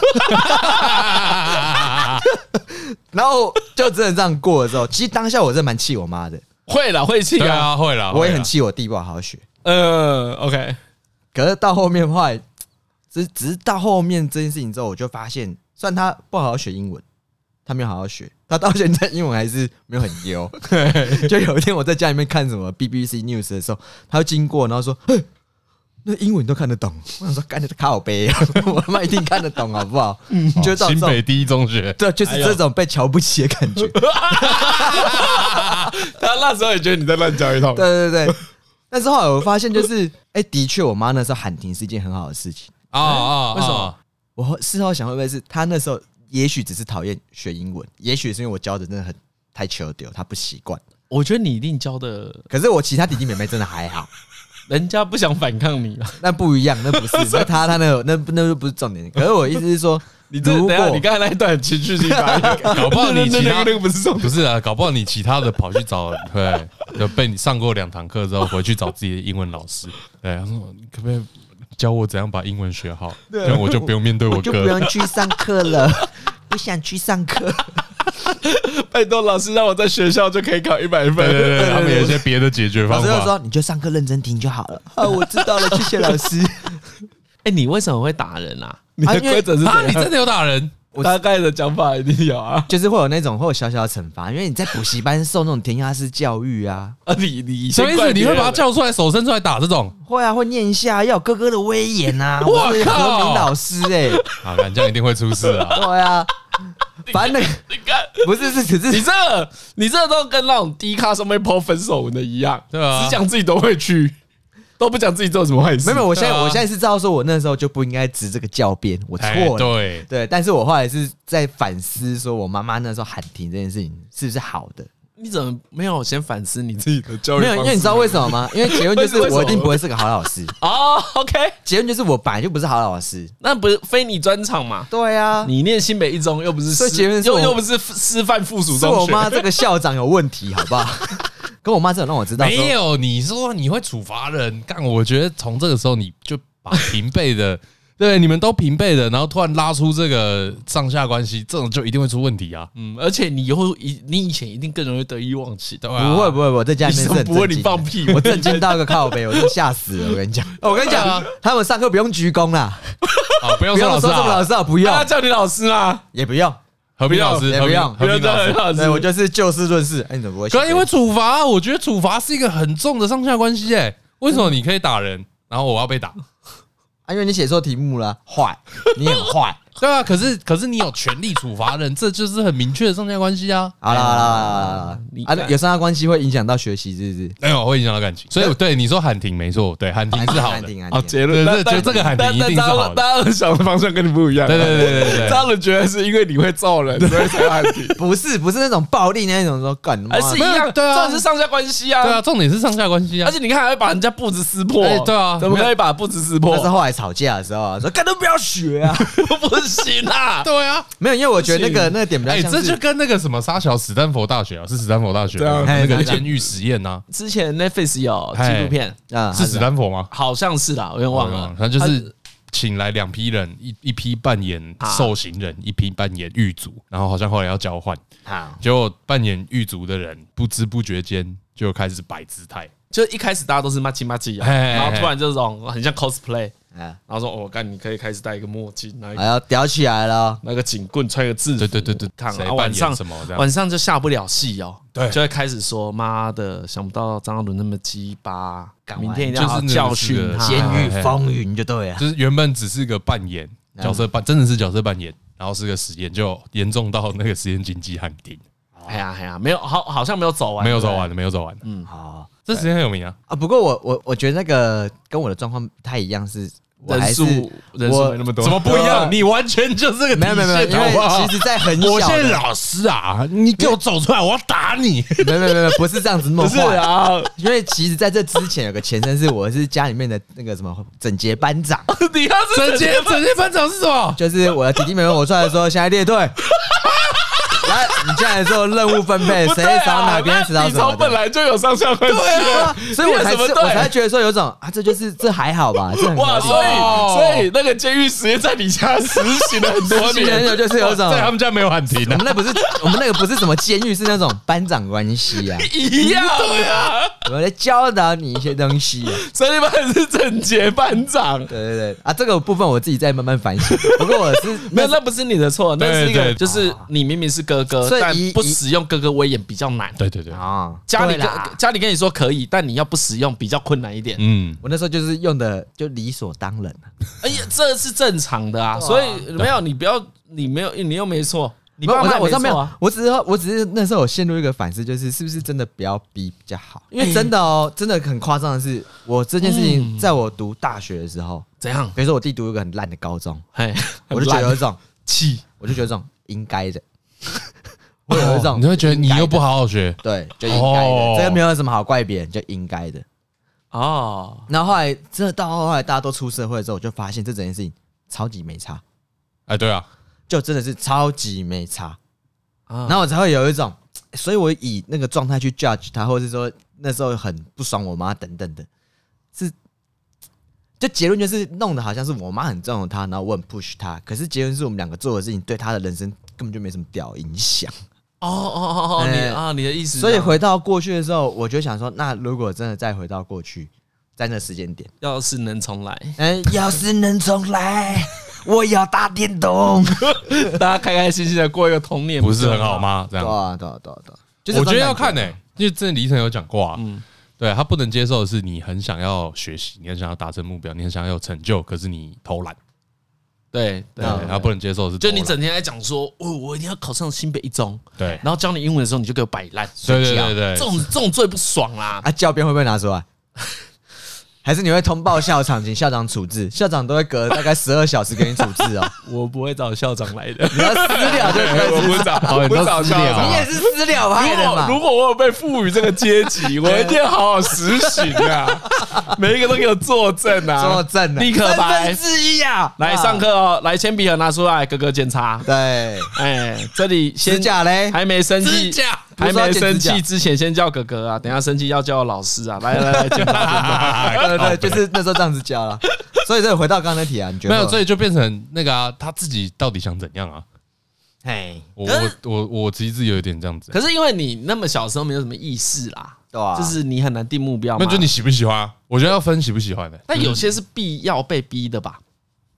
然后就真的这样过了之后，其实当下我真的蛮气我妈的，
会了，会气
对
啊。
啊，会啦，
我也
会啦
很气我弟不好好学。
嗯，OK，
可是到后面的话，只只是到后面这件事情之后，我就发现，虽然他不好好学英文，他没有好好学，他到现在英文还是没有很优。 就有一天我在家里面看什么 BBC News 的时候，他就经过，然后说：“嘿那英文你都看得懂？”我想说，干你的靠背啊！我他妈一定看得懂，好不好？就到这
哦新北
种，
第一中学，
对，就是这种被瞧不起的感觉。
他那时候也觉得你在乱教一套。
对对对。但是后来我发现，就是哎、的确，我妈那时候喊停是一件很好的事情。
啊啊，
为什
么？
我后事后想，会不会是他那时候也许只是讨厌学英文，也许是因为我教的真的很太球丢，他不习惯。
我觉得你一定教的，
可是我其他弟弟妹妹真的还好，
人家不想反抗你了。
啊
那不一样，那不是那他他那个那那就不是重点。可是我意思是 说，
你这
如
等一下，
果
你刚才那一段很情绪性发言，
搞不好你其他
那个那个那个不是重点。
不是啊，搞不好你其他的跑去找，对，就被你上过两堂课之后，回去找自己的英文老师，对，他说你可不可以教我怎样把英文学好，这样我就不用面对
我就不
哥。
用去上课了，不想去上课。
拜托老师让我在学校就可以考一百分。
对对对，他们有一些别的解决方
老师就
法。
说你就上课认真听就好 了。啊，我知道了，谢谢老师。
哎，你为什么会打人啊？
你
啊
的
因为
规则是怎
啊，你
样？
真的有打人？
大概的讲法一定有啊。
就是会有那种会有小小的惩罚，因为你在补习班受那种填鸭式教育啊，
啊，你你以
什
前
么意
怪
思？
别
你
人
会把他叫出来，手伸出来打这 种？
会啊，会念一下，要有哥哥的威严 啊。
我
我是
靠
何明老师哎、
啊，干这样一定会出事啊！
对啊，反正那个
你看，
不是是只
你
是
这你这都跟那种低咖上面抛分手文的一样，
对啊
只讲自己都会去，都不讲自己做什么坏事。
没有，没有我现在、
对啊
我现在是知道说，我那时候就不应该执这个教鞭，我
哎
错欸了。
对，
对，但是我后来是在反思，说我妈妈那时候喊停这件事情是不是好的？
你怎么没有先反思你自
自
己？
己的教育
没有，因为你知道为什么吗？因为结 论就是
为什么
我一定不会是个好 老师，
哦，OK，
结论就是我本来就不是好老师。
那不是非你专场嘛？
对啊，
你念新北一中又不是
所以
师
结论是
又
我
又不是师范附属
是
中
我
学，
妈这个校长有问题，好不 好？跟我妈这种让我知道说
啊
没有，你说你会处罚人，干，我觉得从这个时候你就把平辈的， 对，你们都平辈的，然后突然拉出这个上下关系，这种就一定会出问题啊！
嗯，而且你以后以你以前一定更容易得意忘形，对吧？
啊
不会不会，我在家里面是
你
很
怎么不会
震惊
你放屁啊
的我震惊到一个靠背，我真的吓死了。我跟 你讲，我跟你讲，他们上课不用鞠躬啦，
啊，不用说
不用
老师
说什么老
啊，
师啊，不
那他
用
叫你老师啦，
也不用，
何必老师，
也
何
不
必
用
何必
不
老
要叫
师
你，老师
对我就是就事论事。哎，你怎么不会写
可
作业？
以因为处罚啊，我觉得处罚是一个很重的上下关系诶。为什么你可以打人，然后我要被打？
啊，因为你写错题目了，坏，你很坏。
对啊，可是可是你有权利处罚人，这就是很明确的上下关系啊。
好啦好啦好啦好啦
你
啊，有上下关系会影响到学习，是不是？
没有哎会影响到感情，所以对你说喊停没错，对喊停是好
安
的。
定安
哦，
定。
结论
对
那
对
但
就这个喊停
但
一定是
但
好的
大家大家想的方向跟你不一样，
对对对对 对
他们觉得是因为你会造人，所以才喊停，
不是不是那种暴力那种说干嘛
还是一样，
对啊
这是上下关系啊，
对啊，重点是上下关系啊
而。且你看还会把人家步子撕破
哎，对啊
怎么可以把步子撕破
但是？后来吵架的时候啊，说干都不要学啊，
不行啊！
对啊，
没有，因为我觉得那个那个点比较
哎，
像
这
是
就跟那个什么沙小史丹佛大学啊，是史丹佛大学
对啊
吗那
哎
个监狱实验呐，
之前 Netflix 有纪录
哎
片，
啊，
是史丹佛吗？
好像是啦，我有点忘了。
他就是请来两批人，一一批扮演受刑人，一批扮演狱卒，然后好像后来要交换，
好
结果扮演狱卒的人不知不觉间就开始摆姿态，
就一开始大家都是骂鸡骂鸡啊，
嘿嘿嘿
然后突然就这种很像 cosplay，
啊，
然后说哦，干你可以开始戴一个墨镜，拿一
哎
个
呀，屌起来了哦，
拿个警棍，穿个制服，
对对对对，
看
嗯谁
啊
扮
晚
演
上
什么这样？
晚上就下不了戏哦，
对
就会开始说妈的，想不到张嘉伦那么鸡巴，
干完
明天一定要好好教训
就是那个
他
是
监狱风云就对了。
就是原本只是个扮演，角色扮真的是角色扮演，然后是个实验，就严重到那个实验经济喊停，
哎呀哎呀，没有好，好像没有走完，
没有
对
走
不对
完，的，没有走完的，
好
这实验很有名啊，
啊，不过我我我觉得那个跟我的状况不太一样，是我
人
还是
数人数
我
没那么多，
怎么不一样？你完全就是个
没有没有没有，
底线好
因
不好
为其实，在很小
我现在
的，
老师啊，你给我走出来，我要打你！
没有没有没有，不是这样子梦
不
话
是啊？
因为其实在这之前有个前身是我是家里面的那个什么整洁班长，
你要是
整洁整洁班长是什么？
就是我的弟弟妹妹我出来的时候，现在列队。来，你进来之后任务分配，谁扫哪边，谁扫
你
什么
从本
的。
来就有上下关系
对
了
啊，所以我才
你有
是
什么对
我才觉得说有种啊，这就是这还好吧，这很合
哇，
理
所以
哦
所以那个监狱实验在你家实行了很多
实行很久
年，
就是
啊
有一种
在他们家没有喊停
我
啊
们，那不是我们那个不是什么监狱，是那种班长关系啊，
一样啊。
我在教导你一些东西、啊。
所以你们是整洁班长，
对对对啊，这个部分我自己在慢慢反省。不过我是
没有，那不是你的错，那
对
是一个
对
就是你明明是哥哥，
所以
但
以
不
以
使用哥哥威严比较难。
对对对，
啊，
家里
对啦
跟家里跟你说可以，但你要不使用比较困难一点。
嗯，
我那时候就是用的就理所当然啊
哎呀，这是正常的啊，所以没有你不要，你没有你又没错，你爸
我知
妈
道
也
我知道没
错
有
啊，，
我只是我只是那时候我陷入一个反思，就是是不是真的不要逼比较好？因为真的哦，真的很夸张的是，我这件事情
嗯
在我读大学的时候，
怎样？
比如说我弟读一个很烂的高中，
哎，
我就觉得有一种，
气，
我就觉得这种应该的， 我有一
哦
种
你会觉得你又不
好，
好好学，
对，就应该
哦
的，这个没有什么好怪别人，就应该的。
哦，
然后后来，真的到后来大家都出社会之后，我就发现这整件事情超级没差，
哎，对啊，
就真的是超级没差。
啊
然后我才会有一种，所以我以那个状态去 judge 他，或者是说那时候很不爽我妈等等的，是就结论就是弄得好像是我妈很纵容他，然后我很 push 他，可是结论是我们两个做的事情对他的人生根本就没什么屌影响。
哦哦哦哦，你
哎
啊，你的意思是这
所
样，
以回到过去的时候，我就想说，那如果真的再回到过去，在那时间点，
要是能重来，
嗯，要是能重来，我要打电动。
大家开开心心的过一个童年，
不是很好？吗？这
对
样，
啊，对啊，对啊，对啊。就是
我
有这
觉
种
得要看
感
欸呢、因为之前李晨有讲过啊，
嗯
对他不能接受的是你很想要学习，你很想要达成目标，你很想要有成就，可是你偷懒，
对对
对，
嗯
他不能接受的是偷
就
懒，
你整天在讲说，哦，我一定要考上新北一中，
对
然后教你英文的时候，你就给我摆烂，
对对
睡觉
对对
这种这种最不爽 啦。
啊，教鞭会不会拿出来？还是你会通报校长，请校长处置？校长都会隔大概十二小时给你处置哦。
我不会找校长来的，
你要私了就 可以，
我不找，我不找校
啊
你
长。
也是私了派的嘛？
如果我有被赋予这个阶级， 我一定要好好实行啊！每一个都给我作证啊！
作证啊，
立刻
三
白
分之一啊！
来上课哦，来铅笔盒拿出来，哥哥检查。
对，
哎，这里先
指甲嘞，
还没生气
指甲，
还没生气
不是要剪指甲
之前先叫哥哥啊，等一下生气要叫老师啊，来来来，检查检查。
对对，对就是那时候这样子教了。所以这个回到刚才那题啊，你觉得
没有，所以就变成那个啊，他自己到底想怎样啊？
嘿，
我
可
我
是
我我其实有一点这样子、
可是因为你那么小时候没有什么意识啦，
对啊
就是你很难定目标嘛。
那就你喜不喜欢、啊？我觉得要分喜不喜欢的、
但有些是必要被逼的吧？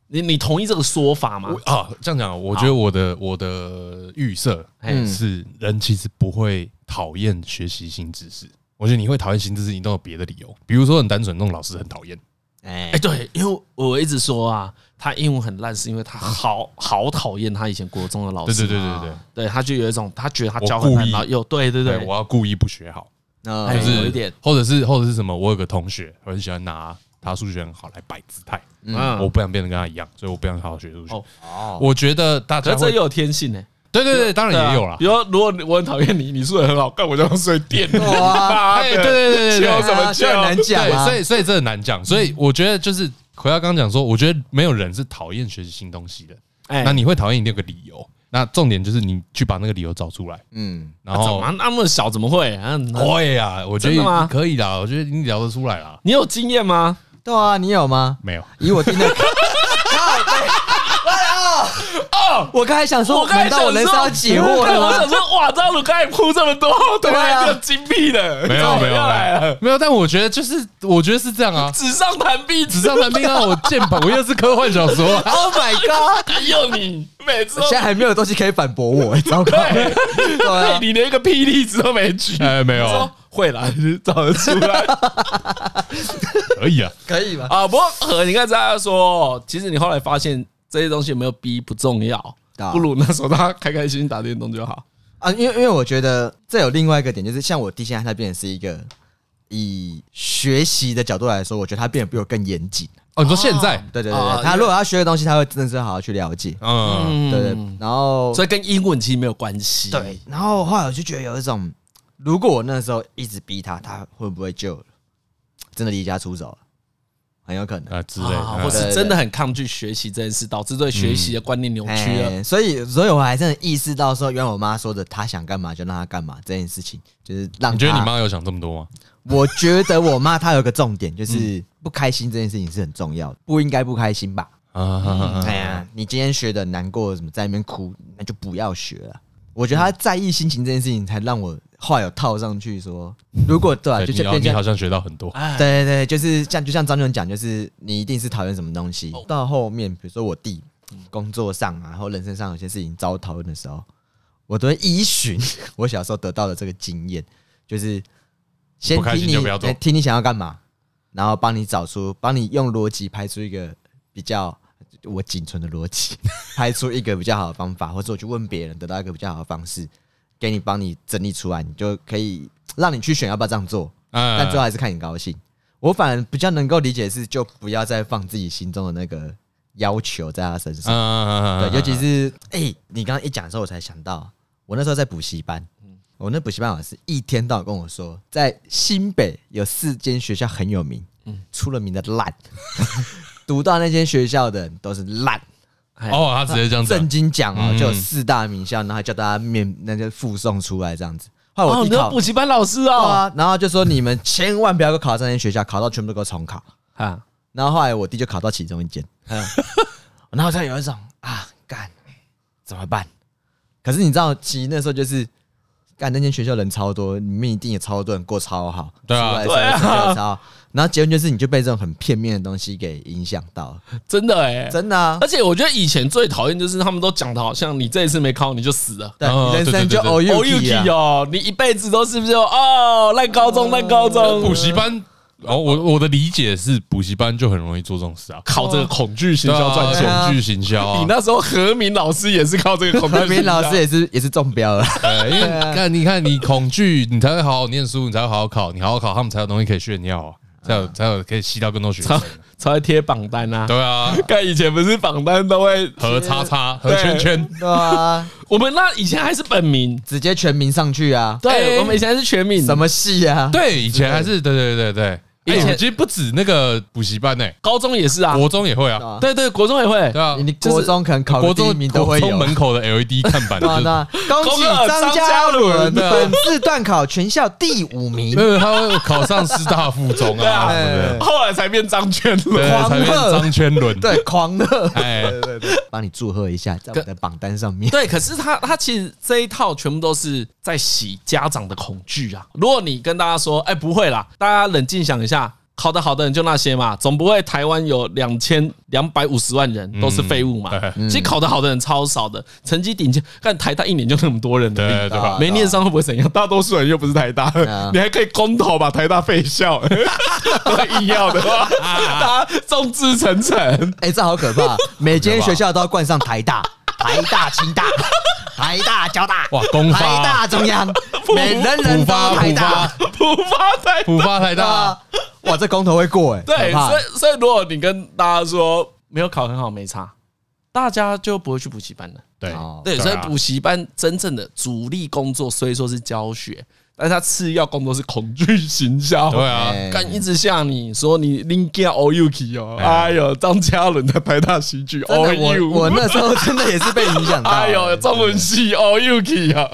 你你同意这个说法吗
我？啊，这样讲啊，我觉得我的我的预设
嗯
是人其实不会讨厌学习新知识。我觉得你会讨厌新知识，你都有别的理由，比如说很单纯，那种老师很讨厌。
哎
哎、，对，因为我一直说啊，他英文很烂，是因为他好好讨厌他以前国中的老
对
师，
对对对对，
对他就有一种他觉得他教
我
很
故
烂，
意
然后又对对对，
对我要故意不学好，
那
哎
就
有
是
一点
或者是或者是什么？我有个同学很喜欢拿他数学很好来摆姿态，
嗯
我不想变得跟他一样，所以我不想好好学数学
哦。
哦，
我觉得大
可
家
是这也
会
有天性呢、
对对对，当
对啊
然也有啦
比。如说如果我很讨厌你，你数学很好，干我就用水电 你。
哇，
妈的
哎，对对对对对，
教什么
这
教？
很难讲
对，
啊
所。以嗯所以这很难讲。所以我觉得就是回到刚刚讲说，我觉得没有人是讨厌学习新东西的。
哎
那你会讨厌，一定有个理由。那重点就是你去把那个理由找出来，
嗯，
然
啊怎
后
么那么小怎么会？啊，
会啊，我觉
真的吗
得可以啦，我觉得你聊得出来啦。
你有经验吗？
对啊，你有吗？
没有，
以我弟那个，靠背哎呦我刚才想说，难道我人生要解惑
对
了
我
吗？啊
想说，哇，张鲁刚才铺这么多，
啊
突然就金币了，
没有，没
又
有，
来了，
没有。但我觉得就是，我觉得是这样 啊。
纸上谈兵，
纸上谈兵让啊我键盘，我又是科幻小说啊。
Oh my god！
哎呦你，每次
我
都
现在还没有东西可以反驳我，哎糟糕！ 对
对
啊，
你连一个屁例子都没举，哦
哎，没有
说，会啦，就是找得出 来
可以啊。
可以吗？
啊。不过
呃，你看大家说，其实你后来发现这些东西有没有逼不重要，
对啊
不如那时候大家开开心心打电动就好。
啊，因为因为我觉得这有另外一个点，就是像我弟现在他变成是一个以学习的角度来说，我觉得他变得比我更严谨。
哦，你说现在，
对对对，
啊
对他
因为
如果要学的东西，他会真的是好好去了解。
嗯，
嗯，
对对，然后
所以跟英文其实没有关系。
对，，然后后来我就觉得有一种，如果我那时候一直逼他，他会不会就真的离家出走了？很有可能。
啊之类的，
啊
嗯
或
对
是
对
真的很抗拒学习这件事，导致对学习的观念扭曲
啊
了。
哎所以，所以我还真的意识到说，原来我妈说的，她想干嘛就让她干嘛这件事情，就是让
你觉得
她
你妈有想这么多吗？
我觉得我妈她有个重点，
嗯
就是不开心这件事情是很重要的，不应该不开心吧？
啊哈哈哈
哎呀，你今天学的难过，什么在那边哭，那就不要学了。我觉得她在意心情这件事情，才让我话有套上去说，如果对啊，
对
就
你
就
要
变
你
成
好像学到很
啊
多，
哎，
对对对，就是像就像张总讲，就是你一定是讨厌什么东西，
哦
到后面比如说我弟工作上啊，或人生上有些事情遭讨厌的时候，我都会依循 我小时候得到的这个经验，就是先
不开
听
心
你
就不要做
哎听你想要干嘛，然后帮你找出，帮你用逻辑排出一个比较。我仅存的逻辑， 排出一个比较好的方法，或者我去问别人，得到一个比较好的方式，给你帮你整理出来，你就可以让你去选要不要这样做。但最后
哎，
还是看你高兴。我反而比较能够理解的是，就不要再放自己心中的那个要求在他身上。
嗯
对，尤其是哎、你刚刚一讲的时候，我才想到，我那时候在补习班，我那补习班老师一天到晚跟我说，在新北有四间学校很有名，
嗯
出了名的烂， 读到那间学校的人都是烂。
哎
哦，他直接这样
正
子，
经讲哦，
嗯
就有四大名校，然后还叫大家面那就附送出来这样子。后来
哦，
我
你
弟
的
考，
补习班老师
对
哦，
啊，然后就说你们千万不要考上那间学校，考到全部都给我重考。
啊，
然后后来我弟就考到其中一间，
嗯
然后他有一种啊，干怎么办？可是你知道，其实那时候就是干那间学校人超多，里面一定也超多人过超好，
对啊
出来的时候也成绩也超好。然后结论就是，你就被这种很片面的东西给影响到了，
真的哎。
真的啊
呃
而。且我觉得以前最讨厌就是他们都讲的好像你这一次没考你就死了。
对，
哦
你人
对对
生就
对对
O U
O U
T
T
啊，
哦，你一辈子都是不是哦烂高中烂高中
补习班。哦，我我的理解是，补习班就很容易做这种事啊，
靠这个恐惧行销赚钱
对。啊
恐惧行销啊。
你那时候何明老师也是靠这个恐惧
何
行销。
明老师 也是也是中标了，
对，因为哎
啊
你看，你看，你恐惧，你才会好好念书，你才会好好考，你好好考，他们才有东西可以炫耀啊，才有才有可以吸到更多学生
超。超会贴榜单啊，
对 啊，
看以前不是榜单都会，
和叉叉和圈圈，
对啊，
我们那以前还是本名，
直接全民上去啊，
对
哎
我们以前还是全名，
什么戏啊？
对，以前还是对对对对对，
以前
哎其实不止那个补习班呢，
高中也是啊，
国中也会啊，
啊
对对，国中也会
对，啊
你，你
就是
国中可能考个
国
第一
中
名都
国
会
中
有，
门口的 LED 看板，
对啊
就是
对啊，恭喜
恭贺
张
张
嘉
嘉
伦
伦对啊
本次段考全校第五 名
没，有，他会考上师大附中
对
啊
啊
什么的，
后来才变张圈
对，
了。
狂
才变
贺
张圈伦，
对，狂乐，
哎，
帮你祝贺一下，在我们的榜单上面。
对，可是他他其实这一套全部都是在洗家长的恐惧啊。如果你跟大家说，哎，不会啦，大家冷静想一下，考得好的人就那些嘛，总不会台湾有两千两百五十万人都是废物嘛。
对
其实考得好的人超少的，成绩顶尖，但台大一年就那么多人而
对
已
对吧？
没念上会不会怎样？大多数人又不是台大
啊，
你还可以公投把台大废校， 硬要的话， 大家众志成城。
哎，这好可怕！每间学校都要冠上台大、台大、清大、台大、交大、
哇公发
台大中央，每人人都
发
台
普
大
发
普发台
普发台
对
大
啊，哇，这公投会过哎，
对，
可怕
所以所以如果你跟大家说没有考很好没差，大家就不会去补习班了。
对
哦
对，
对啊
所以补习班真正的主力工作虽说是教学，但是它次要工作是恐惧行销。
对啊，
哎
干一直吓你说你 Linkin O Yuki 哦，
哎
哎呦，张嘉伦的台大喜剧
真
O
的，我
U，
我那时候真的也是被影响到，
哦 哎呦，中文系 O Yuki 啊，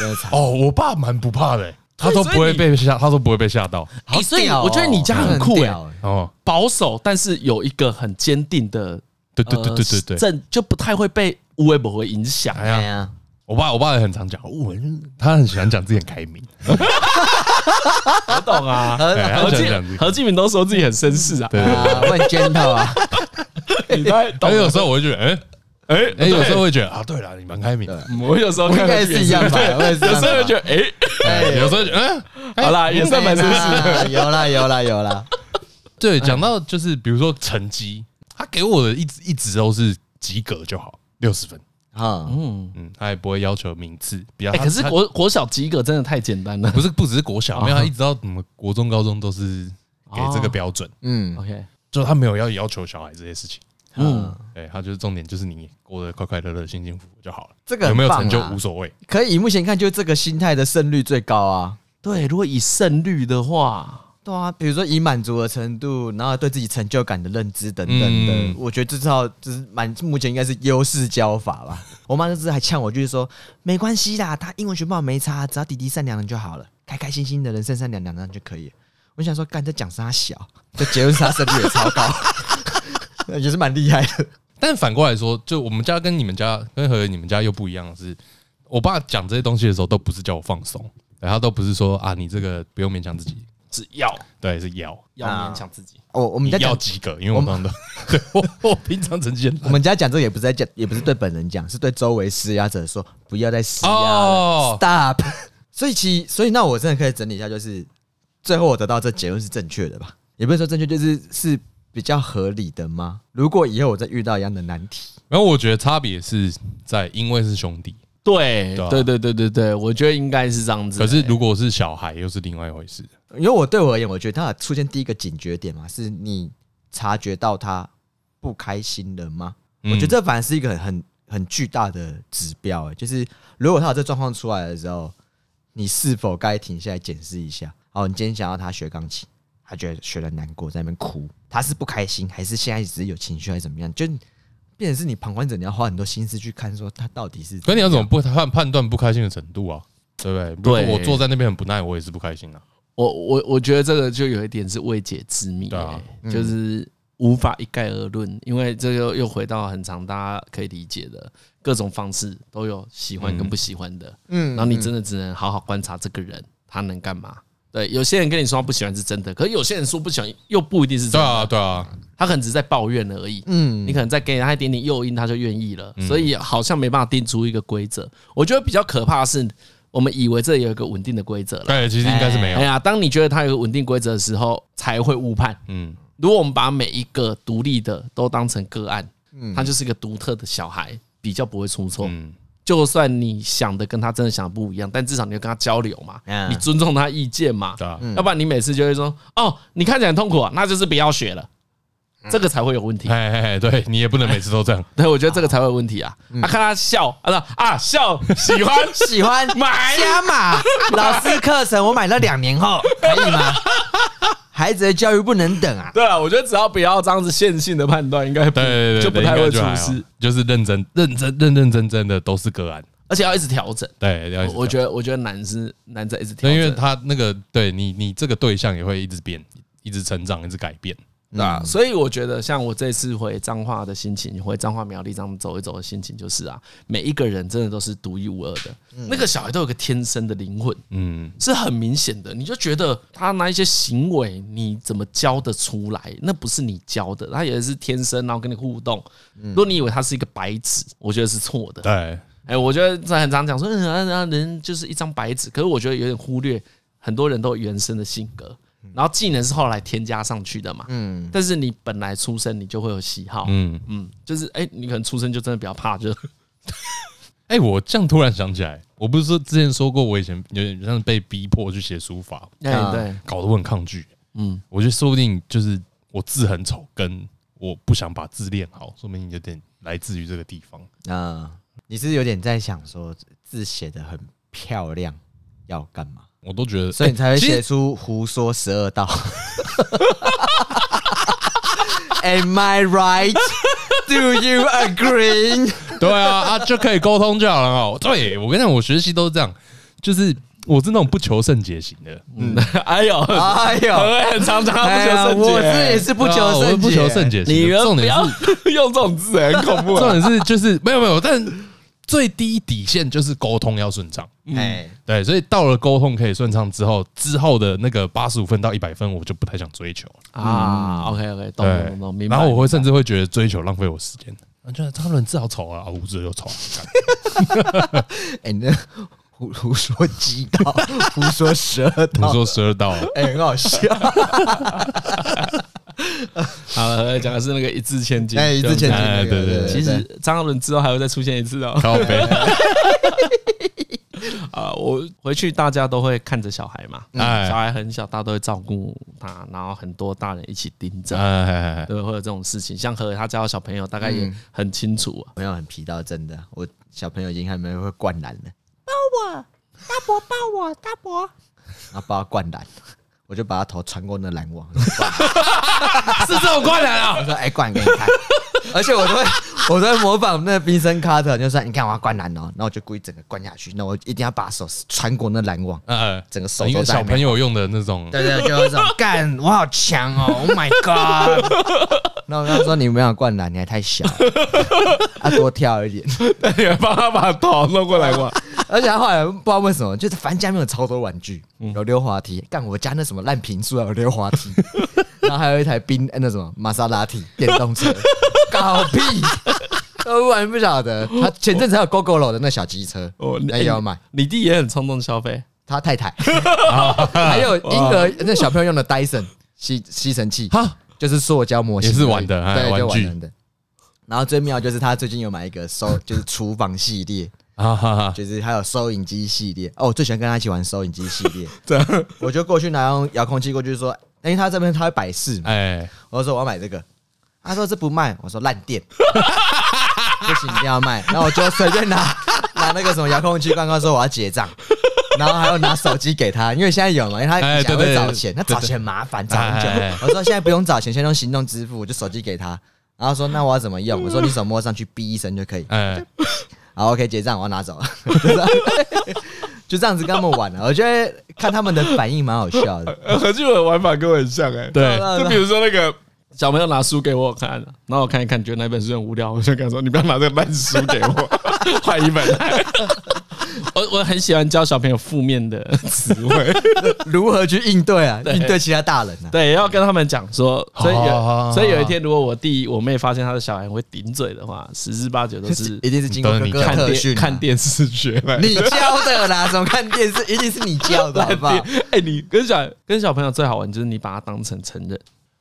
真的惨。
哦，我爸蛮不怕的、欸他都
所以
不会被吓，他都不会被吓到。
好
哎所以
屌哦
我觉得你家很酷哎，
屌
哦，
保守，但是有一个很坚定的，
对对对对对对，
正就不太会被无微不会影响。
哎
哎
呀，
呀，
我爸我爸也很常讲，我他很喜欢讲自己很开明，
我懂啊，
很
对，他
何
很喜欢
继
讲自己。
何继明都说自己很绅士啊，
对对对，
啊，我很 gentle 啊，
你太懂
而
了
有时候我会觉得，哎
哎
哎，有时候
对
会觉得啊，对了，你蛮开明的。
嗯我有时候
我应
看
该
到
是一样吧，我也是一
有
样
时候
吧
会觉得哎，
哎有时候觉得，嗯，哎
好啦，也算蛮绅士的。
有啦有啦有啦，
嗯对，讲到就是比如说成绩，他给我的一直一直都是及格就好，六十分。
啊，
嗯，
嗯，他也不会要求名次，比较
哎、
他。
可是
他
国国小及格真的太简单了。
不是不只是国小，
啊
没有他一直到什么国中、高中都是给这个标准，
嗯
OK，
就他没有要要求小孩这些事情。
嗯
嗯，
对，他就是重点就是你过得快快乐乐、幸幸福福就好了，
这个很
有没有
棒啊
成就无所谓。
可以以目前看，就这个心态的胜率最高啊。
对，如果以胜率的话，
对啊，比如说以满足的程度，然后对自己成就感的认知等等的，
嗯
我觉得这套就是满目前应该是优势教法吧。 我妈那次还呛我，就是说没关系啦，她英文学不好没差，只要弟弟善良就好了，开开心心的人生善良良的就可以了。我想说，干这讲啥小，这结论是他胜率也 超高，也是蛮厉害的。
但反过来说，就我们家跟你们家跟和你们家又不一样的是，我爸讲这些东西的时候，都不是叫我放松，对他都不是说啊，你这个不用勉强自己，
只要
对，是要
要勉强自己。
哦我我
你
们在
要
讲
及格，因为我刚的，对我我平常成 绩很
我
烂。
们家讲这个也不是在讲，也不是对本人讲，是对周围施压者说不要再施压了、
哦
s t o p 所以其所以那我真的可以整理一下，就是最后我得到这结论是正确的吧？也不是说正确，就是是比较合理的吗？如果以后我再遇到一样的难题，
然后我觉得差别是在，因为是兄弟，
对
对啊
对对对对对，我觉得应该是这啊样子。
可是如果是小孩，又是另外一回事。
因为我对我而言，我觉得他出现第一个警觉点嘛，是你察觉到他不开心了吗？
嗯
我觉得这反而是一个很很很巨大的指标、欸，就是如果他有这状况出来的时候，你是否该停下来检视一下？哦，你今天想要他学钢琴，他觉得学了难过，在那边哭，他是不开心，还是现在只是有情绪，还是怎么样？就变成是你旁观者，你要花很多心思去看，说他到底是
嗯可你要怎么不判判断不开心的程度啊？对不对？如果
对
我坐在那边很不耐，我也是不开心啊。
我我我觉得这个就有一点是未解之谜、
对啊
嗯
欸就是无法一概而论，因为这个又回到很常大家可以理解的各种方式都有喜欢跟不喜欢的，
嗯
然后你真的只能好好观察这个人他能干嘛。对，有些人跟你说他不喜欢是真的，可是有些人说不喜欢又不一定是真
对
的，
啊，对啊，
他可能只是在抱怨而已。
嗯
你可能再给他一点点诱因，他就愿意
嗯
了，所以好像没办法定出一个规则。我觉得比较可怕的是，我们以为这里有一个稳定的规则了，
对，啊其实应该是没
哎
有。
呀，当你觉得它有稳定规则的时候，才会误判。
嗯，
如果我们把每一个独立的都当成个案，
嗯
他就是一个独特的小孩，比较不会出错。
嗯，
就算你想的跟他真的想的不一样，但至少你要跟他交流嘛，
嗯
你尊重他意见嘛，
对啊。
要不然你每次就会说哦，你看起来很痛苦啊，那就是不要学了，这个才会有问题。
哎哎哎，对你也不能每次都这样。
对，我觉得这个才会有问题啊。啊，看他笑，啊那啊笑，喜欢
喜欢
买
加码老师课程，我买了两年后可以吗？孩子的教育不能等啊！
对啊，我觉得只要不要这样子线性的判断，应该不
对对对，
就不太会
应该
出
就还好
事，
就是认真、认真、认认真真的都是个案。
而且要一直调整。
对，了解
我我觉得，我觉得难是难在一直调
对，
整，
因为他那个对你，你这个对象也会一直变，一直成长，一直改变。
对啊，所以我觉得像我这次回彰化的心情，回彰化苗栗这样走一走的心情，就是啊，每一个人真的都是独一无二的，那个小孩都有个天生的灵魂，
嗯，
是很明显的，你就觉得他那一些行为，你怎么教得出来？那不是你教的，他也是天生，然后跟你互动。如果你以为他是一个白纸，我觉得是错的。
对，
哎、我觉得这很常讲说，嗯，啊啊人就是一张白纸，可是我觉得有点忽略很多人都有原生的性格，然后技能是后来添加上去的嘛。嗯，但是你本来出生你就会有喜好，嗯
嗯，
就是哎、你可能出生就真的比较怕热，
哎，我这样突然想起来，我不是说之前说过，我以前有点像是被逼迫去写书法，
哎、
啊
对，
搞得我很抗拒。
嗯，
我觉得说不定就是我字很丑，跟我不想把字练好，说明有点来自于这个地方。
嗯，你是有点在想说字写的很漂亮要干嘛？
我都觉得，
所以你才会
哎其
写
实
出胡说十二道。Am I right? Do you agree?
对啊啊，就可以沟通就好了哦。对我跟你讲，我学习都是这样，就是我是那种不求甚解型的，
嗯，哎呦，
哎呦，
我很常常
哎呀
不求
我
甚
这
解，
也是不求
对啊我是
甚解，
不求甚解型的。
你们
重
不
点
要
是
用这种字、很恐 怖、
重
啊。
点是就是没有没有，但最低底线就是沟通要顺畅。
哎，
对，所以到了沟通可以顺畅之后，之后的那个八十五分到一百分，我就不太想追求了。
啊，OK OK，懂懂
对
懂懂，明白。
然后我会甚至会觉得追求浪费我时间。啊，就是他们字好丑啊，啊我字又丑啊，干
哎，你那 胡胡说几道， 胡说十二
你
道，哎
说十二道啊，
哎，很好笑。
好了，讲的是那个一掷千金。
哎，一掷千金那
哎
个，
对对对
其实张嘉伦之后还会再出现一次哦。
靠背
啊，我回去大家都会看着小孩嘛，
嗯
哎
小孩很小，大家都会照顾他，然后很多大人一起盯 着，
嗯
哎哎哎，
对，会有这种事情。像何他教小朋友，大概
嗯
也很清 楚啊。
朋友很皮到真的，我小朋友已经还没会灌篮了，抱我，大伯抱我，大伯，然后把他灌篮，我就把他头穿过那篮网，
是这种灌篮啊
我！说哎、灌给你看，而且我都会我都会模仿那冰森卡特，就说你看我要灌篮哦，然后我就故意整个灌下去，那我一定要把手穿过那篮网，
哎，
整个手
因
都
为
在
小
里面
朋。友用的那种，
对对，就是这种干，我好强哦，Oh my god！那我跟他说你没有灌篮，你还太小， 他多跳一点。
那你们帮他把头弄过来吗？
而且他后来不知道为什么，就是凡家没有超多玩具，
嗯
有溜滑梯，干我家那什么烂平树还有溜滑梯， 然后还有一台冰呃那什么玛莎拉蒂电动车， 搞屁！我完全不晓得，他前阵子还有 GoGoRo 的那小机车，
哦
哎
那也
哎
要买。
你弟也很冲动消费，
他 太太，还有
哦
婴儿那小朋友用的 Dyson 吸吸尘器，
哈，
就是塑胶模型而已，
也是玩的哎
对，就
玩具
玩的。然后最妙就是他最近有买一个收，就是厨房系列，
哈哈 哈，
就是还有收音机系列。哦，我最喜欢跟他一起玩收音机系 列。我就过去拿用遥控器过去说，因为他这边他会摆饰嘛，
哎，
我就说我要买这个，他说这不卖，我说烂店， 不行一定要卖。然后我就随便拿 拿那个什么遥控器，刚刚说我要结账。然后还要拿手机给他，因为现在有嘛，因为他
哎
以
对
前会
对
找
对
钱，
对
他找钱麻烦，找很久
哎哎哎。
我说现在不用找钱，先用行动支付，我就手机给他。然后说那我要怎么用？我说你手摸上去，哔一声就可以。
哎，
好，OK，结账，我要拿走。 就这样子跟他们玩啊了，我觉得看他们的反应蛮好笑 的。
呃何俊文的玩法跟我很像哎、
对，
就比如说那个
小朋友拿书给我看，然后我看一看，觉得那本书很无聊，我就跟他说：“你不要拿这个烂书给我， 换一本 来。我”我很喜欢教小朋友负面的词汇，
如何去应对啊？
对
应对其他大人啊？
对，要跟他们讲说，所以
好好好
有
好
所以有一天，如果我弟我妹发现他的小孩会顶嘴的话，十之八九都是
一定是经过哥哥的
看
特训
电
啊、
看电视学来。
你教的啦，怎么看电视？一定是你 教的，好不好？
哎、你跟小跟小朋友最好玩就是你把他当成成人，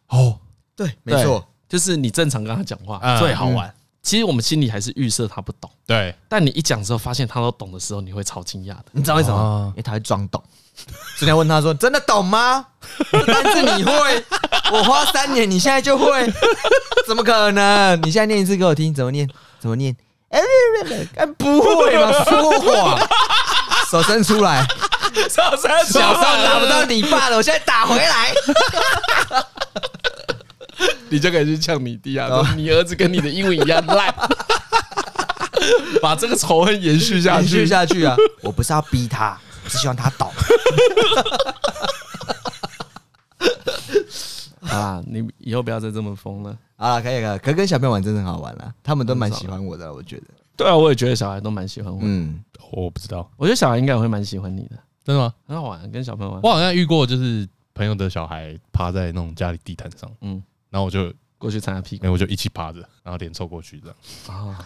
哦，
对，没错，啊
就是你正常跟他讲话、
嗯
最好玩。其实我们心里还是预设他不懂，
对，
但你一讲之后，发现他都懂的时候，你会超惊 讶的。
你知道为什么
哦？
因为他会装懂。 昨天问他说：“真的懂吗？”但是你会，我花三年，你现在就会，怎么可能？你现在念一次给我听，怎么念？怎么念？哎，不会嘛，说谎，手伸出来，
超三
手上拿不到你爸的，我现在打回来。
你就可以去呛你弟
哦
啊，说你儿子跟你的英文一样 烂，把这个仇恨延续下
延续
去。
下去啊！我不是要逼他，我是希望他懂。
啊，你以后不要再这么疯了。
好了，可以了。可跟小朋友玩真的很好玩啦，他们都蛮喜欢我的，我觉得。
对啊，我也觉得小孩都蛮喜欢我，
嗯，
我不知道，
我觉得小孩应该也会蛮喜欢你的，
真的吗？
很好玩，跟小朋友玩
我。好像遇过，就是朋友的小孩趴在那种家里地毯上，
嗯
嗯，然后我就
过去踩他屁股
没有我就一起趴着，然后脸凑过去这样，呃
啊，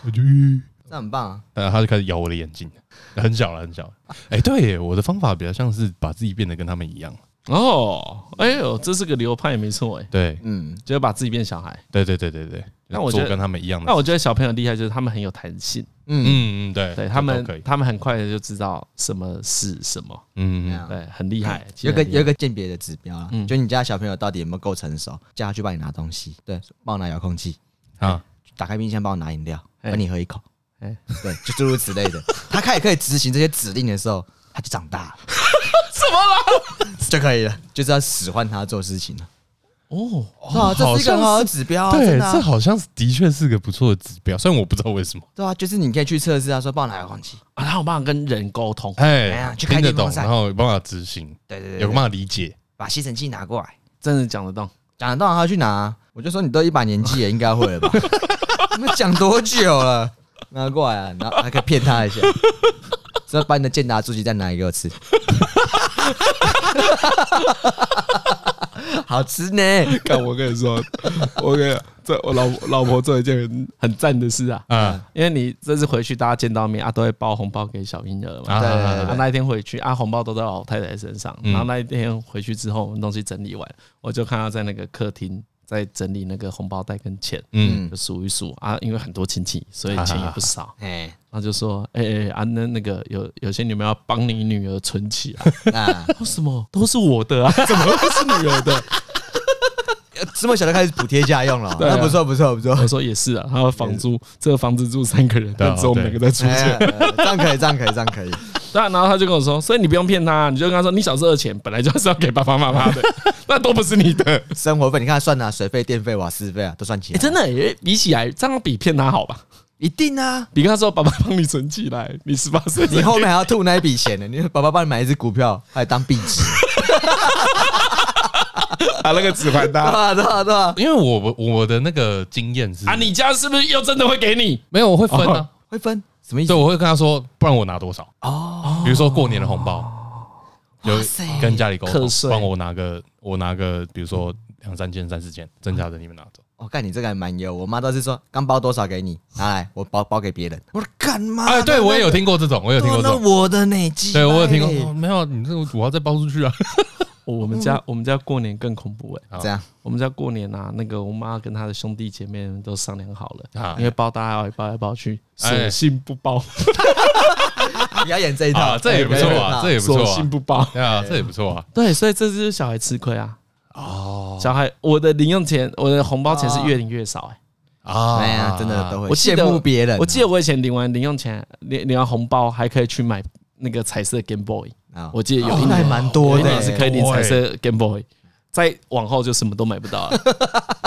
那很棒啊！
然后他就开始咬我的眼镜，很小了，很小了。哎、对耶，我的方法比较像是把自己变得跟他们一样，
哦，哎呦，这是个流派没错哎，
对，
嗯，
就是把自己变小孩。
对对对对对，
那
就
我觉
做
得
跟他们一样的事，
那我觉得小朋友厉害就是他们很有弹性，
嗯嗯对，
对
这
他
都可
们
以，
他们很快的就知道什么是什么，
嗯，嗯
嗯
对，很厉害。
有个
哎其实很厉害嗯
有个鉴别的指标啦，就你家小朋友到底有没有够成熟，叫他去帮你拿东西，
嗯
对，帮我拿遥控器，
啊，
打开冰箱帮我拿饮料，
哎
帮你喝一口，
哎
对，就诸如此类的。 他开始可以执行这些指令的时候，他就长 大了，什么 了？就可以了，就是要使唤他做事情了。
哦，
是啊，这是一个很好的指标啊，
对，
真的啊
这好像是的确是个不错的指标，虽然我不知道为什么，
对啊，就是你可以去测试啊，说帮我拿遥控器，
啊，他有办法跟人沟通，
哎呀
哎，
去开
听得
电风
懂，
扇
然后有办法执行，
对对对
有
对
办法理解，
把吸尘器拿过来，
真的讲得动。
讲得到他去拿啊。我就说你都一把年纪也应该会 了吧？你们讲多久了？拿过来啊，然后还可以骗他一下，说把你的健达猪鸡蛋拿来 给我吃，好吃呢。
干，我跟你说，我跟你讲，这我老婆老婆做一件很
很赞的事啊，
嗯
啊
因为你这次回去大家见到面啊，都会包红包给小婴儿嘛。
啊
对嗯对
啊
对，对。
那一天回去啊，红包都在老太太身上。然后那一天回去之后，我们东西整理完，我就看她在那个客厅在整理那个红包袋跟钱，
嗯，
就数一数啊，因为很多亲戚，所以钱也不少
哎，
他就说：“哎、哎啊，那那个有有些你们要帮你女儿存起来，
那
为什么都是我的啊？怎么会是女儿的？”
这么小就开始补贴家用了，
对啊
那不错不错不错，
我说也是啊，他说房租这个房子住三个人，
对啊
但只有我们两个在出
哎
钱。
这样可以这样可以这样可以，
对啊，然后他就跟我说，所以你不用骗他，你就跟他说，你小时候的钱本来就是要给爸爸妈妈的，那都不是你的。
生活费你看算哪水费电费瓦斯费啊都算
欸
起来，
真的、欸，比起来这样比骗他好吧？
一定啊。
比跟他说爸爸帮你存起来，你十八岁
你后面还要吐那一笔钱呢，你爸爸帮你买一只股票，还当壁纸，
把那个纸还
对
他。
啊
吧？对啊吧？对吧？
因为我我的那个经验是
啊，你家是不是又真的会给你？
没有我会分啊，
会分什么意思
所以？我会跟他说，不然我拿多少哦？比如说过年的红包，就跟家里沟通
课，税
帮我拿个我拿个，比如说两三千、三四千，剩下的你们拿走。
我哦看你这个还蛮优，我妈都是说刚包多少给你，拿来我包包给别人。我说干妈
哎，对我也有听过这种，我有听过这
那
种，
啊我欸的呢？鸡
对我有
掰
听过。哦
嘞
没有，你这个我要再包出去 啊！
哦我们家我们家过年更恐怖哎、
好
这样
我们家过年啊，那个我妈跟她的兄弟姐妹都商量好了，
啊
因为包大家要包来包去，
哎
索性不包，
你要演这一套
啊，，这也不错
哎
啊，这也不
索
错啊
性，不包。
对啊，这也不错啊。
对，所以这就是小孩吃亏啊。哦，小孩，我的零用钱，我的红包钱是越领越少哎、
啊，
哎呀，真的都会
我记
羡
得
慕别人啊。
我记得我以前领完零用钱，领领完红包还可以去买那个彩色 Game Boy。
啊，
我记得有一
应该还
年
蛮多
有一
的
年
欸，
是可以领
多欸
彩色 Game Boy，再往后就什么都买不到 了。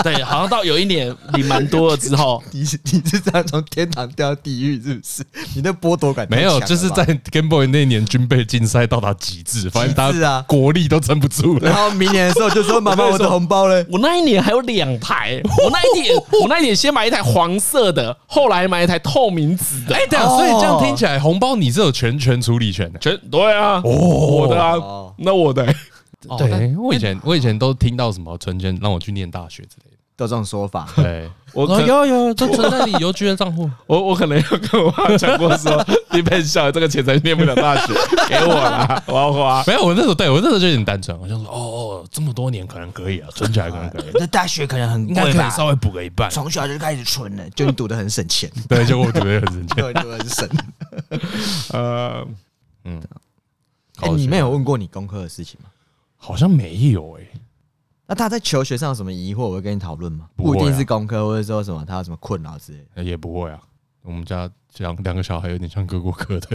对，好像到有一年领蛮多了之后，
你是你是这样从天堂掉到地狱是不是？ 你的剥夺感太
没有，
强了
就是
吧
在 Game Boy 那年军备竞赛到达极致，发现大
极致
家
啊
国力都撑不住了
然。后明年的时候就 说妈妈我的红包嘞，
我那一年还有两台，我那一年 我那一年先买一台黄色的，后来买一台透明紫的。
哎，对啊，
哦
所以这样听起来，红包你是有全权处理权的。
全对啊，我的啊
哦，
那我的欸、
哦对，我以前我以前都听到什么存钱让我去念大学之类的。
都有这种说法。
对，
我
哦
可
有有有，都存在你邮局的账户。
我我可能有跟我妈讲过说，你别笑，这个钱才念不了大学，给我啦，我要花。
没有，我那时候对我那时候就有点单纯，我就说哦哦，这么多年可能可以啊，存起来可能可以，
哎那大学可能很
应该可以稍微补个一半。
从小就开始存了，就你赌的很省钱，
对，就我觉得很省钱。
对，赌的 很省。
呃，
嗯
哎，你妹有问过你功课的事情吗？
好像没有哎、
那他在求学上有什么疑惑，我会跟你讨论吗？
不会啊
不一定是功课，或者说什么他有什么困扰之类的，
欸，也不会啊。我们家两两个小孩有点像各过各 的，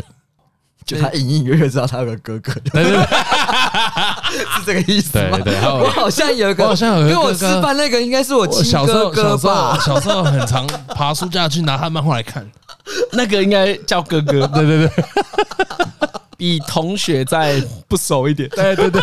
就他隐隐约约知道他有个哥哥，
但是
是这个意思吗
对？对，还有
我好像有一个，
我好像有一个
跟我
哥
吃
哥
饭那个应该是我
我
亲
小时
哥
候
哥
小时候
吧？
小时候很常爬书架去拿他漫画来看。
那个应该叫哥哥，
对对对
比同学再不熟一点，
对对对，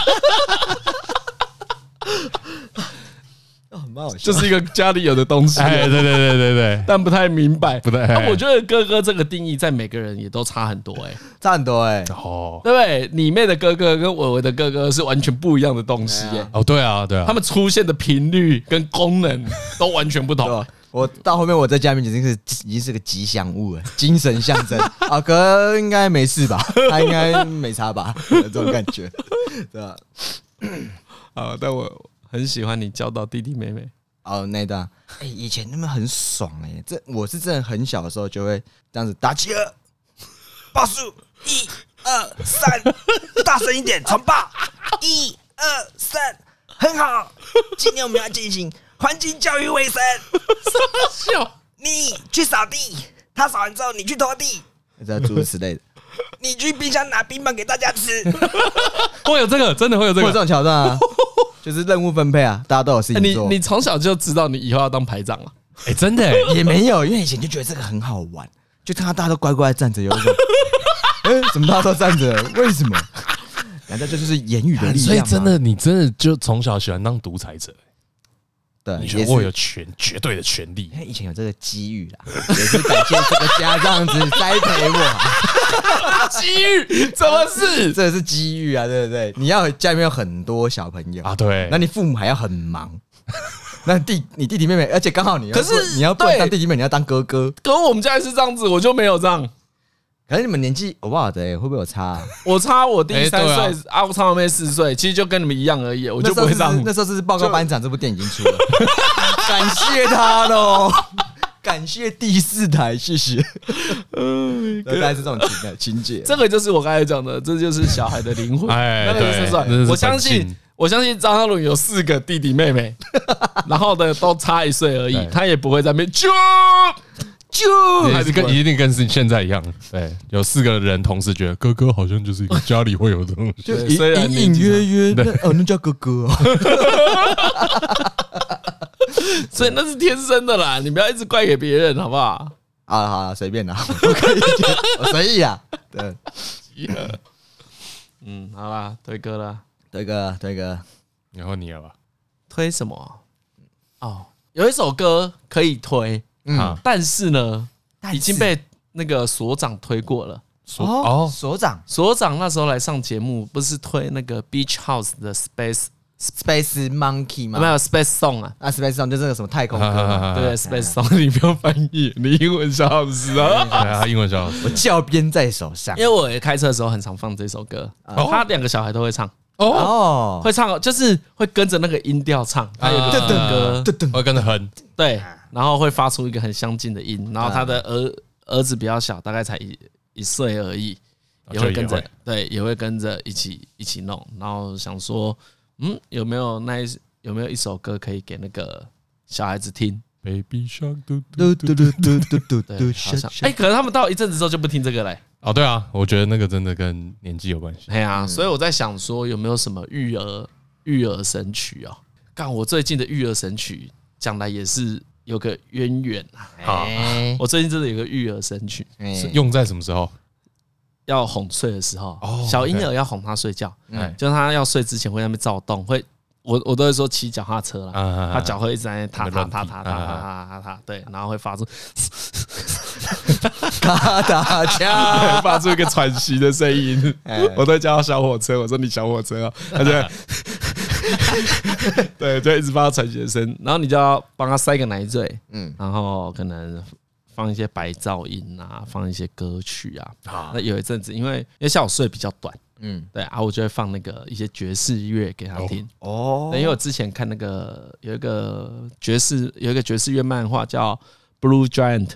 哦蛮好笑
就是一个家里有的东西，啊
哎对对对对对，
但不太哎明白。啊
不对
那我觉得哥哥这个定义在每个人也都差很多，哎，
差很多哎，
哦
对不对？你妹的哥哥跟伟伟的哥哥是完全不一样的东西，
对
哎
啊，
哦对啊对啊，
他们出现的频率跟功能都完全不
对
同
吧。？我到后面我在家里面已经是已经是个吉祥物了，精神象征。 啊，哥应该没事吧？他应该没差吧？有这种感觉，对吧？
啊，但我很喜欢你教导弟弟妹妹，
哦，那一段，哎、以前那么很爽哎、这我是真的很小的时候就会这样子打企鹅，报数一二三，大声一点传报，一二三，很好，今天我们要进行环境教育卫生，
笑，
你去扫地，他扫完之后你去拖地，这诸如 此类的，你去冰箱拿冰棒给大家吃，会
会有这个，真的会有这
有这
个。
种桥段啊，就是任务分配啊，大家都有事
哎
情
你
做，
你从小就知道你以后要当排长啊了。
哎，真的欸，
也没有，因为以前就觉得这个很好玩，就看到大家都乖乖地站着，有一种， 哎、怎么大家都站着？为什么？难道这就是言语的
哎
力量
所以
吗
真的，啊你真的就从小喜欢当独裁者，
对，
你
也
觉得我有
是哎
权绝对的权 利
因。为以前有这个机遇啦，也是感谢这个家这样子栽培我，啊
机遇怎么是？
这是机遇啊，对不对？你要家里面有很多小朋 友
啊，，对，
那你父母还要很忙。那弟，你弟弟妹妹，而且刚好你要
可是
不你要不能
对
当弟弟妹，你要当哥哥，
可我们家也是这样子，我就没有这样。
可是你们年纪我不晓得、欸，会不会有差、啊？
我差我弟
哎
三
对啊
岁，啊，我差我妹四岁，其实就跟你们一样而已，我
我
就不会让。
那时候是报告班长这部电影已经出了， 感谢他喽， 感谢第四台，谢 谢。大概哎是这种情感情节。
这个就是我刚才讲的，这就是小孩的灵魂。
哎
那个就是
对那
说
是
我相
本
信
性，
我相信张嘉伦有四个弟弟妹 妹，然后呢都差一岁而已
对，
他也不会在那边啾啾，还
还
是
是
跟
跟
你
一定跟是现在一样，对，有四个人同时觉得哥哥好像就是一个家里会有这种
就
对
隐
虽然
隐
年
隐
纪
约约，那哦，那叫哥哥哦、
所以那是天生的啦，你不要一直怪给别人好不好？
好了好了，随便啦，我可以接我随意啦。对，
嗯，好啦，推歌啦，
推哥，推哥，
然后你了啊吧？
推什么？哦，有一首歌可以推，
嗯
啊，
但是呢，
但
已经
是
被那个所长推过了。
说
哦
哦，
所长
所长那时候来上节目，不是推那个 Beach House 的 Space
Space Monkey
没
嘛，
有 Space Song 啊，
啊，Space Monkey 就这个什么太空歌嘛，
啊
对 Space Song，你不要翻译，你英文小老师 啊。
对啊，英文小老师
我教鞭在手上
因为我也开车的时候很常放这首歌，
哦
他两个小孩都会唱，
哦，
哦，
会唱就是会跟着那个音调唱，他有一个
啊
歌，
我跟着哼，
对，然后会发出一个很相近的音，然后他的儿儿子比较小，大概才一一岁而已，
啊
也会
就
跟
也
着
会，
对，也会跟着一起一起弄，然后想说，嗯，有没有那一有没有一首歌可以给那个小孩子听？
Baby Shark 嘟
嘟
嘟嘟
嘟嘟
嘟。
嘟嘟嘟
对，
嘟，
好像哎，可能他们到一阵子之后就不听这个嘞。
哦，对啊，我觉得那个真的跟年纪有关系。
哎呀、所以我在想说，有没有什么育儿育儿神曲哦？干，我最近的育儿神曲讲来也是有个渊源啊。
好，
哎
我最近真的有个育儿神曲，
是
哎
用在什么时候？
要哄睡的时候，
哦
小婴
OK
儿要哄他睡觉，
哎
就是他要睡之前会在那边躁动，会我我都会说骑脚踏车啦，
啊
他脚会一直在那踏
那个
踏
乱踢
踏踏踏踏
啊啊
踏踏踏，对，然后会发出
咔打 枪，
发出一个喘息的声音
哎，
我都叫他小火车，我说你小火车 哦，他就 对，就一直发出喘息的声音。
然后你就要帮他塞个奶嘴，
嗯
嗯，然后可能放一些白噪音啊，放一些歌曲啊。那有一阵子，因为因为下午睡比较短，
嗯，
对啊，我就会放那个一些爵士乐给他听。
哦
对，因为我之前看那个有一个爵士有一个爵士乐漫画叫《Blue Giant》，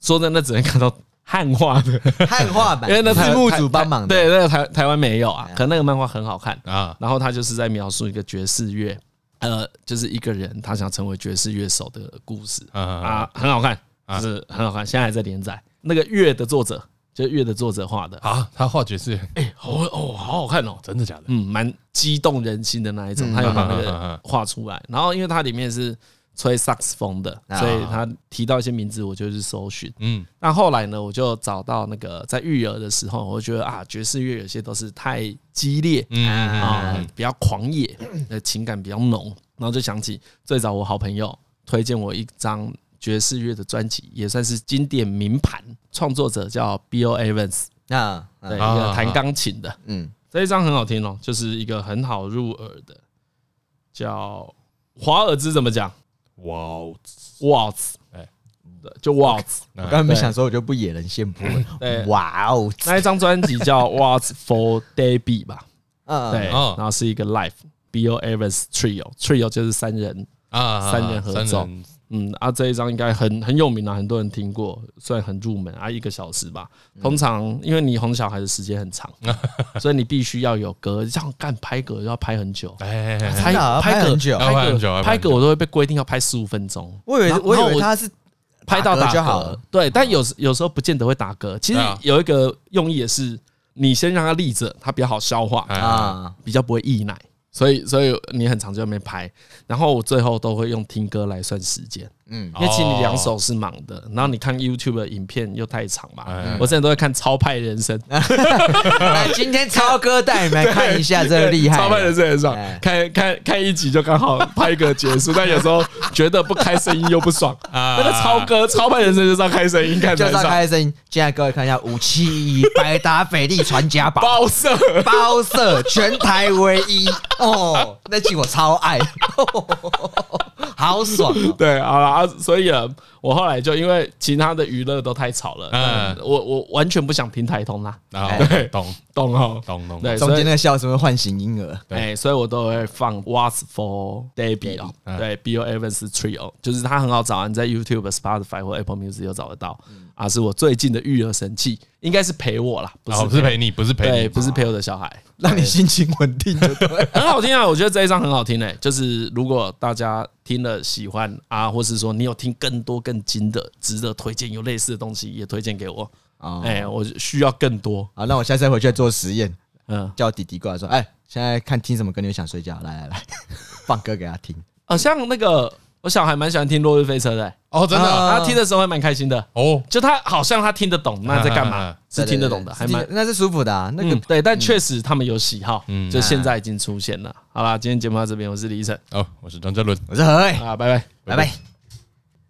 说真的，那只能看到汉化的，
汉化版，
因为那台
字幕
台
组帮忙的，
对，那个台台湾没有啊，可那个漫画很好看。
啊，
然后他就是在描述一个爵士乐，呃，就是一个人他想成为爵士乐手的故事
啊啊
啊，很好看，就是很好看，现在还在连载。那个乐的作者，就是乐的作者画的，
啊，他化爵士，
哎，好哦，好好看哦，
真的假的？
嗯，蛮激动人心的那一种，他有把那
啊啊啊
个
啊
画出来。然后因为它里面是吹萨克斯风的，所以他提到一些名字，我就去搜寻。
嗯，
那后来呢，我就找到那个在育儿的时候，我就觉得啊，爵士乐有些都是太激烈，
嗯嗯
啊、比较狂野，呃，情感比较浓，然后就想起最早我好朋友推荐我一张爵士乐的专辑，也算是经典名盘，创作者叫 Bill Evans，
那
对，一
嗯
个
啊
弹钢琴的，
嗯，
这一张很好听哦，就是一个很好入耳的，叫华尔兹怎么讲
哇哦，
？Waltz，哎
哎，
对就 Waltz。
我刚没想说，我就不野人献波
对
了，哇哦，
那一张专辑叫 Waltz for Debbie 吧，
嗯，
对，
哦
然后是一个 live Bill Evans trio，trio 就是三人
啊
三人合
三
奏
人
嗯啊，这一张应该很很有名啊，很多人听过，算很入门啊，一个小时吧。
嗯
通常因为你哄小孩的时间很 长，所以你必须要有歌，像干拍歌要拍很久，
哎，
拍
真的啊拍
歌
很久
拍
要拍很久
歌
要拍
拍
很
歌
久
我都会被规定要拍十五分钟。
我以为
然后
我
然后
以为他是
拍到
打
打
嗝就好
嗝
了，
对，但有时有时候不见得会打嗝。其实
对啊
有一个用意也是，你先让它立着，它比较好消化，
哎
啊，
比较不会溢奶。所以，所以你很常在那边拍，然后我最后都会用听歌来算时间。
嗯，
因为其实你
哦
两手是忙的，然后你看 YouTube 的影片又太长嘛
哎。
我之前都会看《超派人生》，
那今天超哥带你们看一下 这个厉害，
超派人是很爽
哎，
看看看一集就刚好拍个结束，但有时候觉得不开声音又不 爽。
啊
那个超哥超派人生就是要开声音，看
就是要
上
开声音。现在各位看一下五七一百达翡丽传家宝
包色，
包色，全台唯一哦，那集我超爱， 好爽哦！
对，好了啊，所以啊，我后来就因为其他的娱乐都太吵了，
嗯
嗯，我我完全不想听台通啦，
啊
哎，
懂
懂哦？
懂懂，
对，
中
所
间
以
那个笑声会唤醒婴儿，
对
哎、所以我都会放 What's for Baby 哦，
嗯
对，Bill Evans Trio，就是它很好找，你在 YouTube、Spotify 或 Apple Music 都找得到。
嗯
啊，是我最近的育儿神器，应该是陪我啦，不
然哦
是
后不是陪你，不是陪
对，
你，哦
不是陪我的小孩，
让你心情稳定就对了。
很好听啊！我觉得这一张很好听诶、就是如果大家听了喜欢啊，或是说你有听更多更精的、值得推荐有类似的东西，也推荐给我。
哦
哎、我需要更多，
好，那我下次再回去做实验，
嗯。
叫弟弟过来说，哎，现在看听什么歌，你会想睡觉？来来来，放歌给他听。
啊，像那个我小孩蛮喜欢听《落日飞车》的、欸，
哦，真的
嗯
啊
他听的时候还蛮开心的。
哦，
就他好像他听得懂，那在
啊
干
啊
嘛
啊？
是听得懂的，
对
还
嗯对对
蛮
是听那是舒服的啊。那
嗯
个啊
对，但确实他们有喜好
嗯，
就现在已经出现了。好啦，今天节目到这边，我是李医生，
哦，我是张嘉伦。
我是何伟，哎
啊，拜拜。
拜拜。